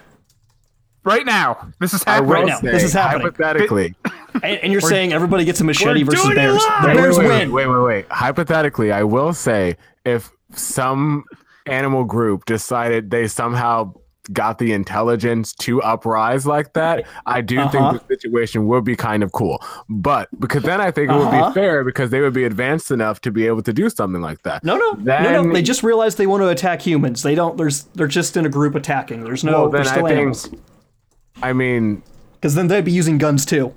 C: Right now, this is
B: I will
C: happening.
D: now.
B: say,
D: This is happening.
B: Hypothetically,
D: And, and you're saying everybody gets a machete
A: We're
D: versus
A: doing it
D: bears.
A: live!
D: The
A: Wait,
D: bears
B: wait, wait,
D: win.
B: Wait, wait, wait. Hypothetically, I will say if some animal group decided they somehow got the intelligence to uprise like that, I do
D: Uh-huh.
B: think the situation would be kind of cool. But because then I think it would
D: Uh-huh.
B: be fair because they would be advanced enough to be able to do something like that.
D: No, no, no, no.
B: Then-
D: They just realize they want to attack humans. They don't. There's they're just in a group attacking. There's no.
B: Well,
D: they're
B: then I
D: still
B: think-
D: animals.
B: I mean,
D: Because then they'd be using guns too.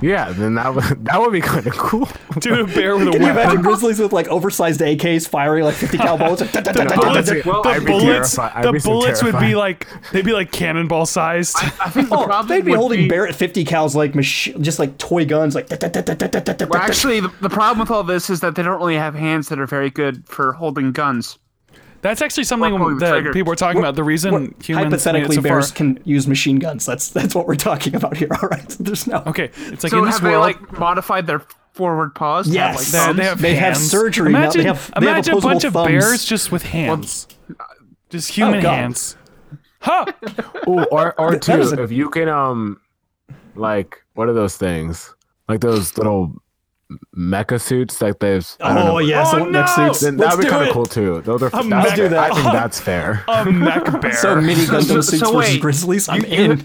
B: Yeah, then that would that would be kind of cool.
A: Dude, a bear with a
D: Can you
A: weapon.
D: imagine grizzlies with like oversized AKs firing like 50 cal bullets? Dun, dun, dun, dun, dun, dun,
A: Bullets,
D: dun.
C: Well,
A: the
C: I'd
B: be
A: bullets,
B: terrified. I'd
A: the
B: be so
A: bullets would be
B: terrified.
A: like they'd be like cannonball sized.
C: I think the
D: Oh,
C: problem
D: they'd be
C: would
D: holding
C: be-
D: bear at 50 cals like mach- just like toy guns, like. dun, dun, dun, dun, dun, dun, dun, dun,
C: Well,
D: dun.
C: actually, the, the problem with all this is that they don't really have hands that are very good for holding guns.
A: That's actually something
C: Or pulling the
A: that
C: trigger.
A: people were talking about. The reason
D: We're-
A: humans made it
D: hypothetically
A: so far-
D: bears can use machine guns. That's that's what we're talking about here. All right, there's no.
A: Okay, it's like
C: So
A: in
C: have
A: this
C: they
A: world.
C: like modified their forward paws? to have,
D: Yes.
A: they-
C: like,
A: they
C: thumbs?
A: have,
D: They have
A: hands.
D: surgery now. They
A: Imagine,
D: have- they have
A: imagine a bunch of
D: opposable
A: bears
D: thumbs. Oh,
A: just with hands,
C: uh,
A: just human
D: God.
A: hands. Huh?
B: Ooh, or or two,
D: is a-
B: if you can um, like what are those things? Like those little mecha suits like they've. I don't know.
D: Oh yeah, so
A: Oh,
D: what next
A: no!
D: suits.
B: Then that
D: Let's
B: would be
D: do
B: kind of
D: it.
B: cool too. Those are.
A: Um,
B: that's
A: let's
B: fair.
D: do that.
B: I think that's fair.
D: Uh,
A: A mech bear.
D: So mini Gundam
C: so-
D: suits
C: so
D: versus
C: wait,
D: grizzlies. I'm
C: you-
D: in.
C: O-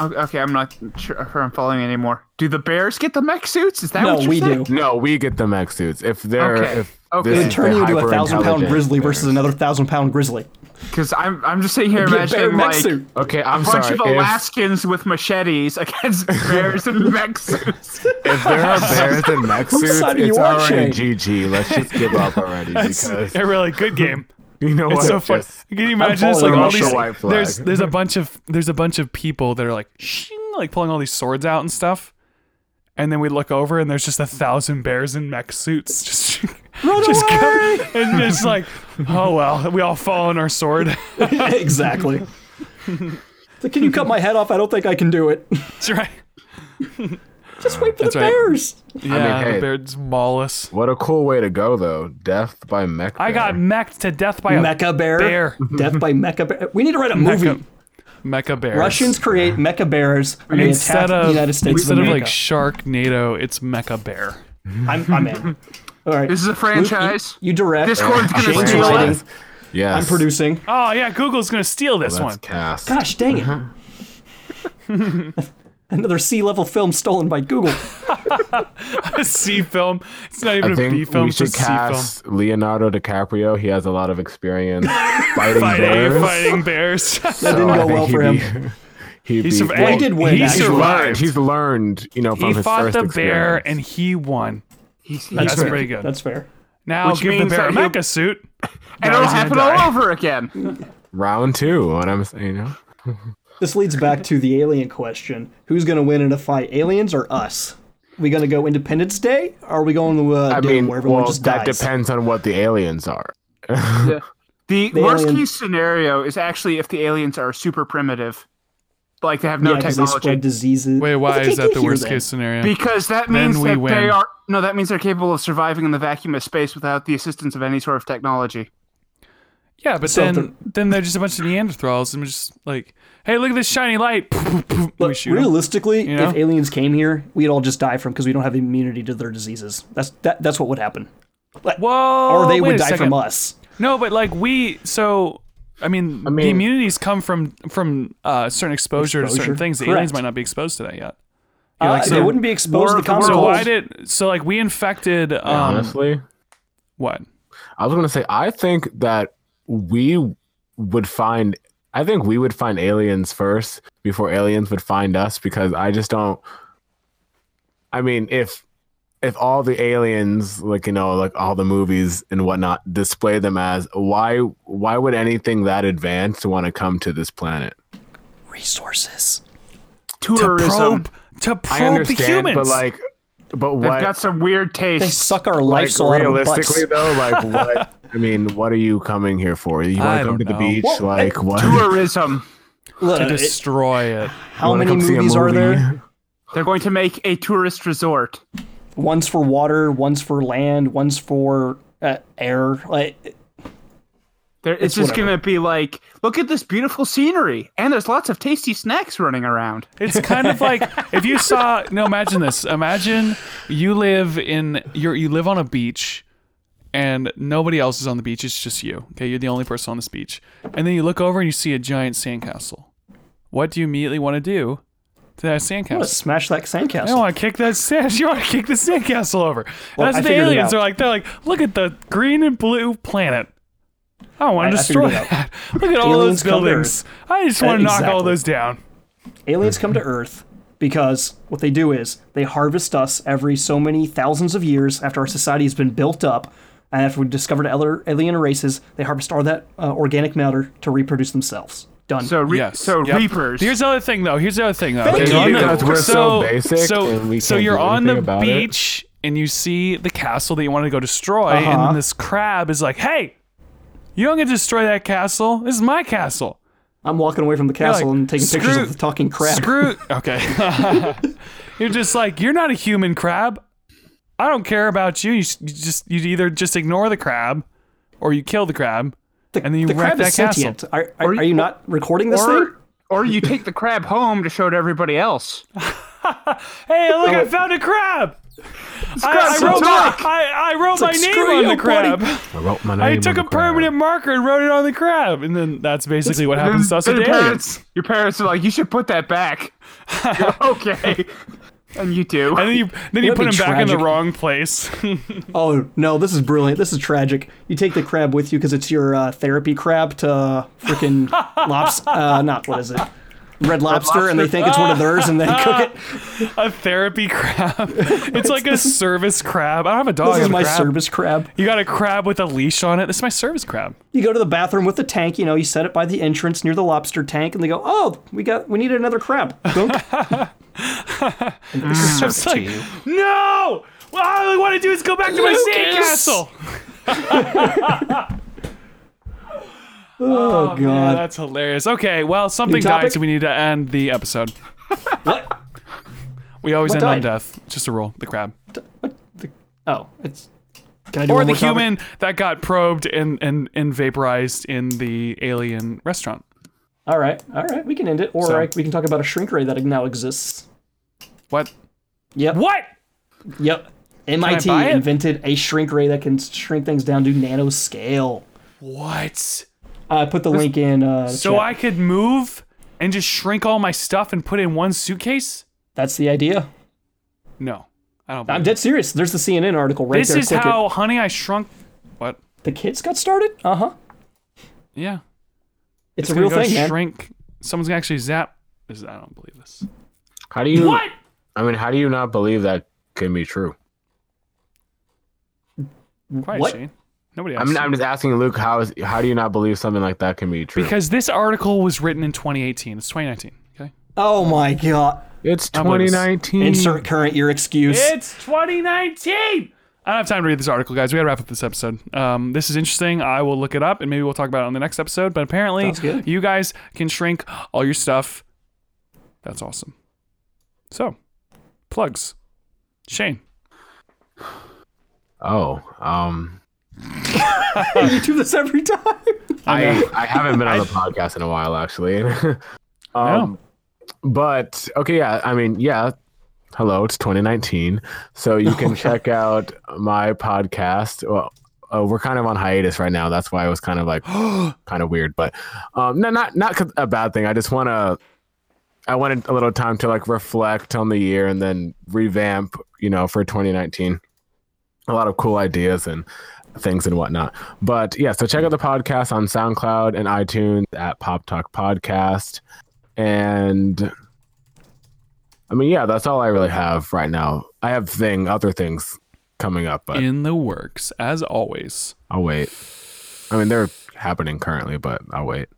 C: Oh, Okay, I'm not sure if I'm following anymore. Do the bears get the mech suits? Is that
D: No,
C: what you're
D: we
C: saying?
D: do.
B: No, we get the mech suits if they're
C: Okay.
B: if
C: Okay.
B: this
C: It would
B: is
D: Turn
B: the
D: you into a thousand pound
B: hyper-intelligent
D: grizzly
B: bear.
D: versus another thousand pound grizzly.
C: Because I'm I'm just sitting here
D: Be a bear
C: imagining
D: mech
C: like
D: suit.
B: Okay, I'm
C: a bunch
B: sorry.
C: of
B: if-
C: Alaskans with machetes against bears in mech suits.
B: If there are bears in mech suits,
D: side are you
B: it's already
D: watching?
B: GG. Let's just give up already because
A: Yeah, really good game.
B: you know
A: It's
B: what?
A: so fun.
B: Just-
A: Can you imagine this? Like
B: following
A: all
B: the
A: these,
B: white flag.
A: there's there's a bunch of there's a bunch of people that are like shing, like pulling all these swords out and stuff, and then we look over and there's just a thousand bears in mech suits just just come- and just like oh well we all fall on our sword.
D: exactly. so can you cut my head off? I don't think I can do it.
A: That's right.
D: Just wait for
A: That's
D: the
A: right.
D: bears.
A: Yeah,
B: hey.
A: the bears maul us.
B: What a cool way to go though. Death by mech.
A: I got
B: bear.
A: meched to death by a
D: Mecha bear.
A: bear.
D: Death by mecha bear. We need to write a movie.
A: Mecha, mecha bears.
D: Russians create mecha bears and they attack
A: instead of
D: the United States.
A: instead
D: of
A: of like
D: America.
A: shark NATO, it's mecha bear.
D: I'm, I'm in. All right.
C: This is a
D: Luke,
C: franchise.
D: you, you direct.
C: Discord's gonna
D: James
C: steal
D: writing.
C: it.
B: Yes.
D: I'm producing.
A: Oh yeah, Google's gonna steal this
B: That's
A: one.
B: cast.
D: Gosh dang it.
B: Uh-huh.
D: Another sea level film stolen by Google.
A: a C film. It's not even
B: I
A: a B
B: think
A: film.
B: we
A: It's
B: should
A: just a C film.
B: cast Leonardo DiCaprio. He has a lot of experience fighting
A: Fighting,
B: bears.
A: fighting bears.
B: That
D: didn't go well for
B: him. He'd
A: he
B: be,
A: survived.
B: well,
D: he did win,
A: He
D: actually.
B: he's learned.
A: survived.
B: He's learned, you know, from
A: he
B: his
A: fought
B: first
A: the bear
B: experience.
A: and he won.
C: He's, he's
A: That's
C: great.
A: pretty good.
D: That's fair.
A: now
C: Which
A: give the
C: means
A: bear a
C: that he'll-
A: mecha suit.
C: and
A: Now
C: it'll
A: he's gonna
C: happen
A: die.
C: all over again.
B: round two. What I'm saying, you know.
D: This leads back to the alien question. Who's going to win in a fight, aliens or us? we going to go Independence Day? Or are we going to uh,
B: I
D: Doom
B: mean,
D: where everyone
B: well,
D: just
B: that
D: dies?
B: depends on what the aliens are.
C: The worst
D: alien-
C: case scenario is actually if the aliens are super primitive, like they have no
D: Yeah, because they
C: technology.
D: spread diseases.
A: Wait, why
D: They
A: is
D: can't
A: that the
D: get
A: worst
D: here
A: case scenario?
C: Because that means
A: we
C: that they
A: win.
C: are no, that means they're capable of surviving in the vacuum of space without the assistance of any sort of technology.
A: yeah, but
D: So
A: then
D: they're-
A: then they're just a bunch of Neanderthals and just like, hey, look at this shiny light.
D: then.
A: we
D: But
A: shoot 'em.
D: realistically,
A: you know?
D: if aliens came here, we'd all just die from because we don't have immunity to their diseases. That's that, that's what would happen. Like,
A: Whoa!
D: or they
A: wait
D: would
A: a
D: die
A: second.
D: from us.
A: No, but like we, so I mean, the
B: mean-
A: immunities come from from uh, certain exposure, to certain
D: Exposure?
A: things. The aliens
D: Correct.
A: might not be exposed to that yet.
D: Uh, they
A: so-
D: wouldn't be exposed
C: War
D: to
C: of the Worlds.
A: So why
D: consequences.
A: did so like we infected um
B: Honestly,
A: what?
B: I was gonna say I think that we would find. I think we would find aliens first before aliens would find us because I just don't. I mean, if if all the aliens, like you know, like all the movies and whatnot, display them as why why would anything that advanced want to come to this planet?
D: resources.
A: To
C: Tourism.
A: probe to probe
B: I
A: the
B: understand,
A: humans.
B: but like, but
C: They've
B: what?
C: got some weird
D: They
C: taste.
D: suck our life
B: like
D: soul out of our butts.
B: realistically though like what i mean what are you coming here for you want
A: I
B: to
A: don't
B: come to the
A: know.
B: beach
D: Well,
B: like what
C: Tourism.
D: Look,
A: to
D: it-
A: destroy it.
D: how
B: wanna
D: many
B: come see a
D: movies are
B: movie?
D: there?
C: They're going to make a tourist resort.
D: One's for water, one's for land, one's for uh, air. Like,
C: There, it's, just
D: whatever.
C: going to be like, look at this beautiful scenery, and there's lots of tasty snacks running around.
A: It's kind of like if you saw no imagine this. Imagine you live in you're you live on a beach and nobody else is on the beach, it's just you. Okay, you're the only person on this beach. And then you look over and you see a giant sandcastle. What do you immediately want to do to that
D: let's
A: sandcastle?
D: smash that sandcastle.
A: Oh, I want to kick that sand. You want to kick the sandcastle over.
D: Well,
A: That's
D: I
A: what the
D: figured it
A: aliens
D: out.
A: are like. They're like, look at the green and blue planet. I want to
D: I
A: destroy
D: figured it out.
A: that. Look at all those
D: Aliens come to
A: buildings. I just want to knock all
D: Exactly.
A: those down.
D: Aliens come to Earth. because what they do is they harvest us every so many thousands of years after our society has been built up and after we discovered other alien races, they harvest all that uh, organic matter to reproduce themselves. Done.
C: So re-
A: Yes.
C: so
A: Yep.
C: reapers.
A: Here's the other thing, though. Here's the other thing, though.
D: Thank
A: You're
D: you.
A: on the-
B: Because we're so basic
A: so,
B: and we
A: so
B: can't
A: you're
B: do
A: on
B: anything
A: the
B: about it.
A: beach and you see the castle that you want to go destroy, and
D: Uh-huh.
A: then this crab is like, "Hey, you don't get to destroy that castle. This is my castle."
D: I'm walking away from the
A: You're
D: castle
A: like,
D: and taking pictures
A: "Screw-
D: of the talking crab.
A: Screw. Okay. you're just like, you're not a human crab. I don't care about you. You, s- you just you either just ignore the crab, or you kill the crab, and then you
D: the
A: wreck
D: crab
A: that
D: is
A: castle.
D: sentient. Are, are, are you not recording this thing?
C: or, or you take the crab home to show to everybody else.
A: Hey, look!
D: Oh.
A: I found a crab. I,
C: crab's
A: I wrote,
C: so
A: my,
C: dark.
A: I, I wrote my
D: like,
A: name
D: screw
A: on
D: you,
A: the crab.
D: buddy.
B: I wrote my name.
A: I
B: on
A: took
B: the
A: a permanent marker and wrote it on the crab, and then that's basically what happens to us
C: Then
A: with
C: your
A: aliens.
C: parents, your parents are like, you should put that back. You're, okay, and you do.
A: And then you then you put
D: That'd
A: him
D: be
A: back in the
D: tragic.
A: wrong place.
D: Oh no, this is brilliant. This is tragic. You take the crab with you because it's your uh, therapy crab to uh, freaking lobster. Uh, not what is it? Red lobster, and they
C: lobster.
D: think it's one of theirs, and they cook it.
A: a therapy crab. It's like a service crab. I don't have a dog. I
D: This
A: have
D: is
A: a
D: my
A: crab.
D: service crab.
A: You got a crab with a leash on it. This is my service crab.
D: You go to the bathroom with the tank. You know, you set it by the entrance near the lobster tank, and they go, "Oh, we got, we needed another crab." Gunk.
A: It's like, no! Well, all I want to do is go back to my
D: Lucas!
A: sandcastle.
D: Oh god.
A: Yeah, that's hilarious. Okay, well, something
D: topic?
A: died, so we need to end the episode.
D: What?
A: We always
D: What
A: end on
D: died?
A: death. Just a rule. The crab.
D: What the? Oh, it's. Can I do
A: or
D: one
A: the
D: more topic?
A: human that got probed and, and, and vaporized in the alien restaurant.
D: All right, all right, we can end it, or
A: So-
D: I- we can talk about a shrink ray that now exists.
A: What?
D: Yep.
A: What?
D: Yep. MIT
A: buy it?
D: invented a shrink ray that can shrink things down to nanoscale.
A: What?
D: I put the link in. Uh, the
A: So
D: chat.
A: I could move and just shrink all my stuff and put it in one suitcase?
D: that's the idea.
A: No, I don't.
D: I'm
A: believe
D: dead serious. There's the CNN article right
A: This
D: there.
A: is
D: Click it.
A: how Honey I Shrunk. What?
D: the kids got started. Uh huh.
A: Yeah,
D: It's, a
A: gonna
D: real
A: go
D: thing, man.
A: Shrink. Someone's gonna actually zap. This is- I don't believe this.
B: How do you?
A: What?
B: I mean, how do you not believe that can be true?
A: Quiet,
D: What?
A: Shane. Nobody
B: I
A: asked.
B: mean,
A: you.
B: I'm just asking Luke, how is how do you not believe something like that can be true?
A: because this article was written in 2018. It's 2019. Okay.
D: Oh my god.
B: it's
A: I believe it's-
B: 2019.
D: Insert current year excuse.
A: It's 2019. I don't have time to read this article, guys. We gotta wrap up this episode. Um, this is interesting. I will look it up and maybe we'll talk about it on the next episode. But apparently,
D: Sounds good.
A: you guys can shrink all your stuff. That's awesome. So, plugs. Shane.
B: Oh, um,
D: you do this every time.
B: I I haven't been on the podcast in a while, actually. um, but okay, yeah. I mean, yeah. Hello, it's 2019, so you can check out my podcast. Well, uh, we're kind of on hiatus right now. That's why I was kind of like kind of weird, but um, no, not not 'cause- a bad thing. I just want to. I wanted a little time to like reflect on the year and then revamp, you know, for 2019. A lot of cool ideas and things and whatnot. But yeah, so check out the podcast on SoundCloud and iTunes at Pop Talk Podcast. And I mean, yeah, that's all I really have right now. I have thing other things coming up, but
A: In the works, as always.
B: I'll wait. I mean, they're happening currently, but I'll wait.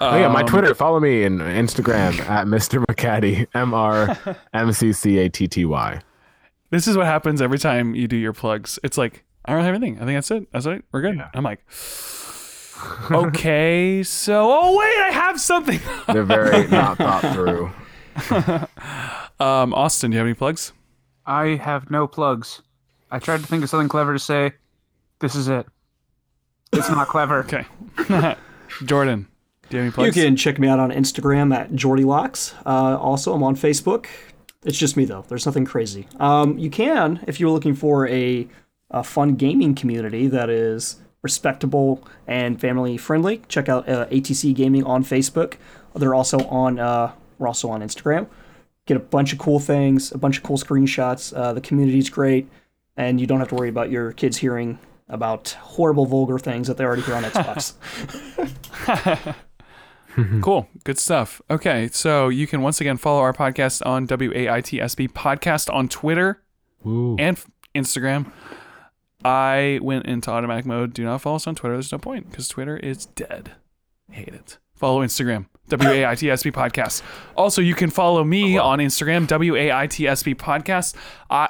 B: oh yeah,
A: Um,
B: my Twitter. Follow me and Instagram at Mr. McCaddy M R M C C A T T Y.
A: This is what happens every time you do your plugs. It's like, I don't have anything. I think that's it. That's it. We're good. I'm like, okay, so, oh, wait, I have something.
B: They're very not thought through.
A: Um, Austin, do you have any plugs?
C: I have no plugs. I tried to think of something clever to say. This is it. It's not clever.
A: Okay. Jordan, do you have any plugs?
D: You can check me out on Instagram at JordyLocks. Uh, also, I'm on Facebook. It's just me though. There's nothing crazy. Um, you can, if you're looking for a, a fun gaming community that is respectable and family friendly, check out uh, ATC Gaming on Facebook. They're also on. Uh, we're also on Instagram. Get a bunch of cool things, a bunch of cool screenshots. Uh, the community's great, and you don't have to worry about your kids hearing about horrible, vulgar things that they already hear on Xbox.
A: Cool. Good stuff. Okay. So you can once again follow our podcast on WAITSB Podcast on Twitter
B: Ooh.
A: and f- Instagram. I went into automatic mode. Do not follow us on Twitter. There's no point because Twitter is dead. Hate it. Follow Instagram, WAITSB Podcast. Also, you can follow me
B: Oh,
A: on Instagram, WAITSB Podcast. I,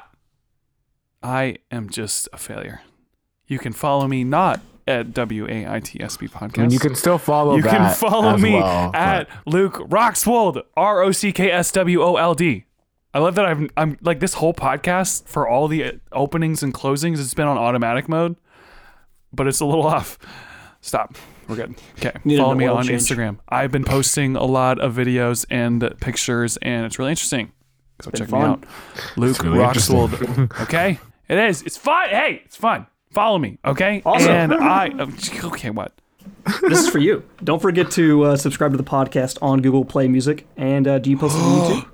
A: I am just a failure. You can follow me not at WAITSB Podcast.
B: And you can still follow.
A: You can
B: that
A: follow
B: as
A: me
B: well, but-
A: at Luke Roxwold, R O C K S W O L D. I love that I'm I'm like this whole podcast for all the uh, openings and closings. It's been on automatic mode, but it's a little off. Stop. We're good. Okay.
D: Need
A: Follow
D: an
A: me
D: oil
A: on
D: change.
A: Instagram. I've been posting a lot of videos and pictures, and it's really interesting. Go check me
D: fun.
A: out, Luke
B: really
A: Roxwold. okay, it is. It's fun. Hey, it's fun. Follow me. Okay.
D: Awesome.
A: And I. oh, Okay. What?
D: this is for you. Don't forget to uh, subscribe to the podcast on Google Play Music. And uh, do you post it on YouTube?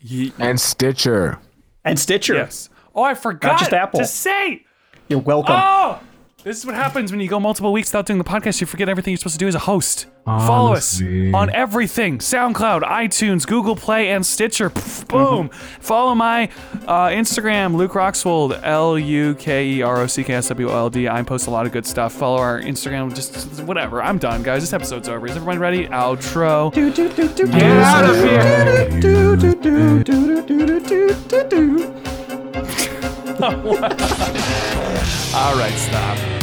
A: Ye-
B: and Stitcher.
D: And Stitcher.
A: Yes. Oh, I forgot
D: just Apple.
A: to say.
D: You're welcome.
A: Oh, this is what happens when you go multiple weeks without doing the podcast. You forget everything you're supposed to do as a host. Follow us
B: Honestly.
A: on everything: SoundCloud, iTunes, Google Play, and Stitcher. Pff, boom. Follow my uh, Instagram, Luke Roxwold, L U K E R O C K S W O L D. I post a lot of good stuff. Follow our Instagram. Just whatever. I'm done, guys. This episode's over. Is everyone ready? Outro.
D: Do, do, do, do,
C: Get out of here.
D: do, do, do, do, do, do, do, do, do.
A: All right, stop.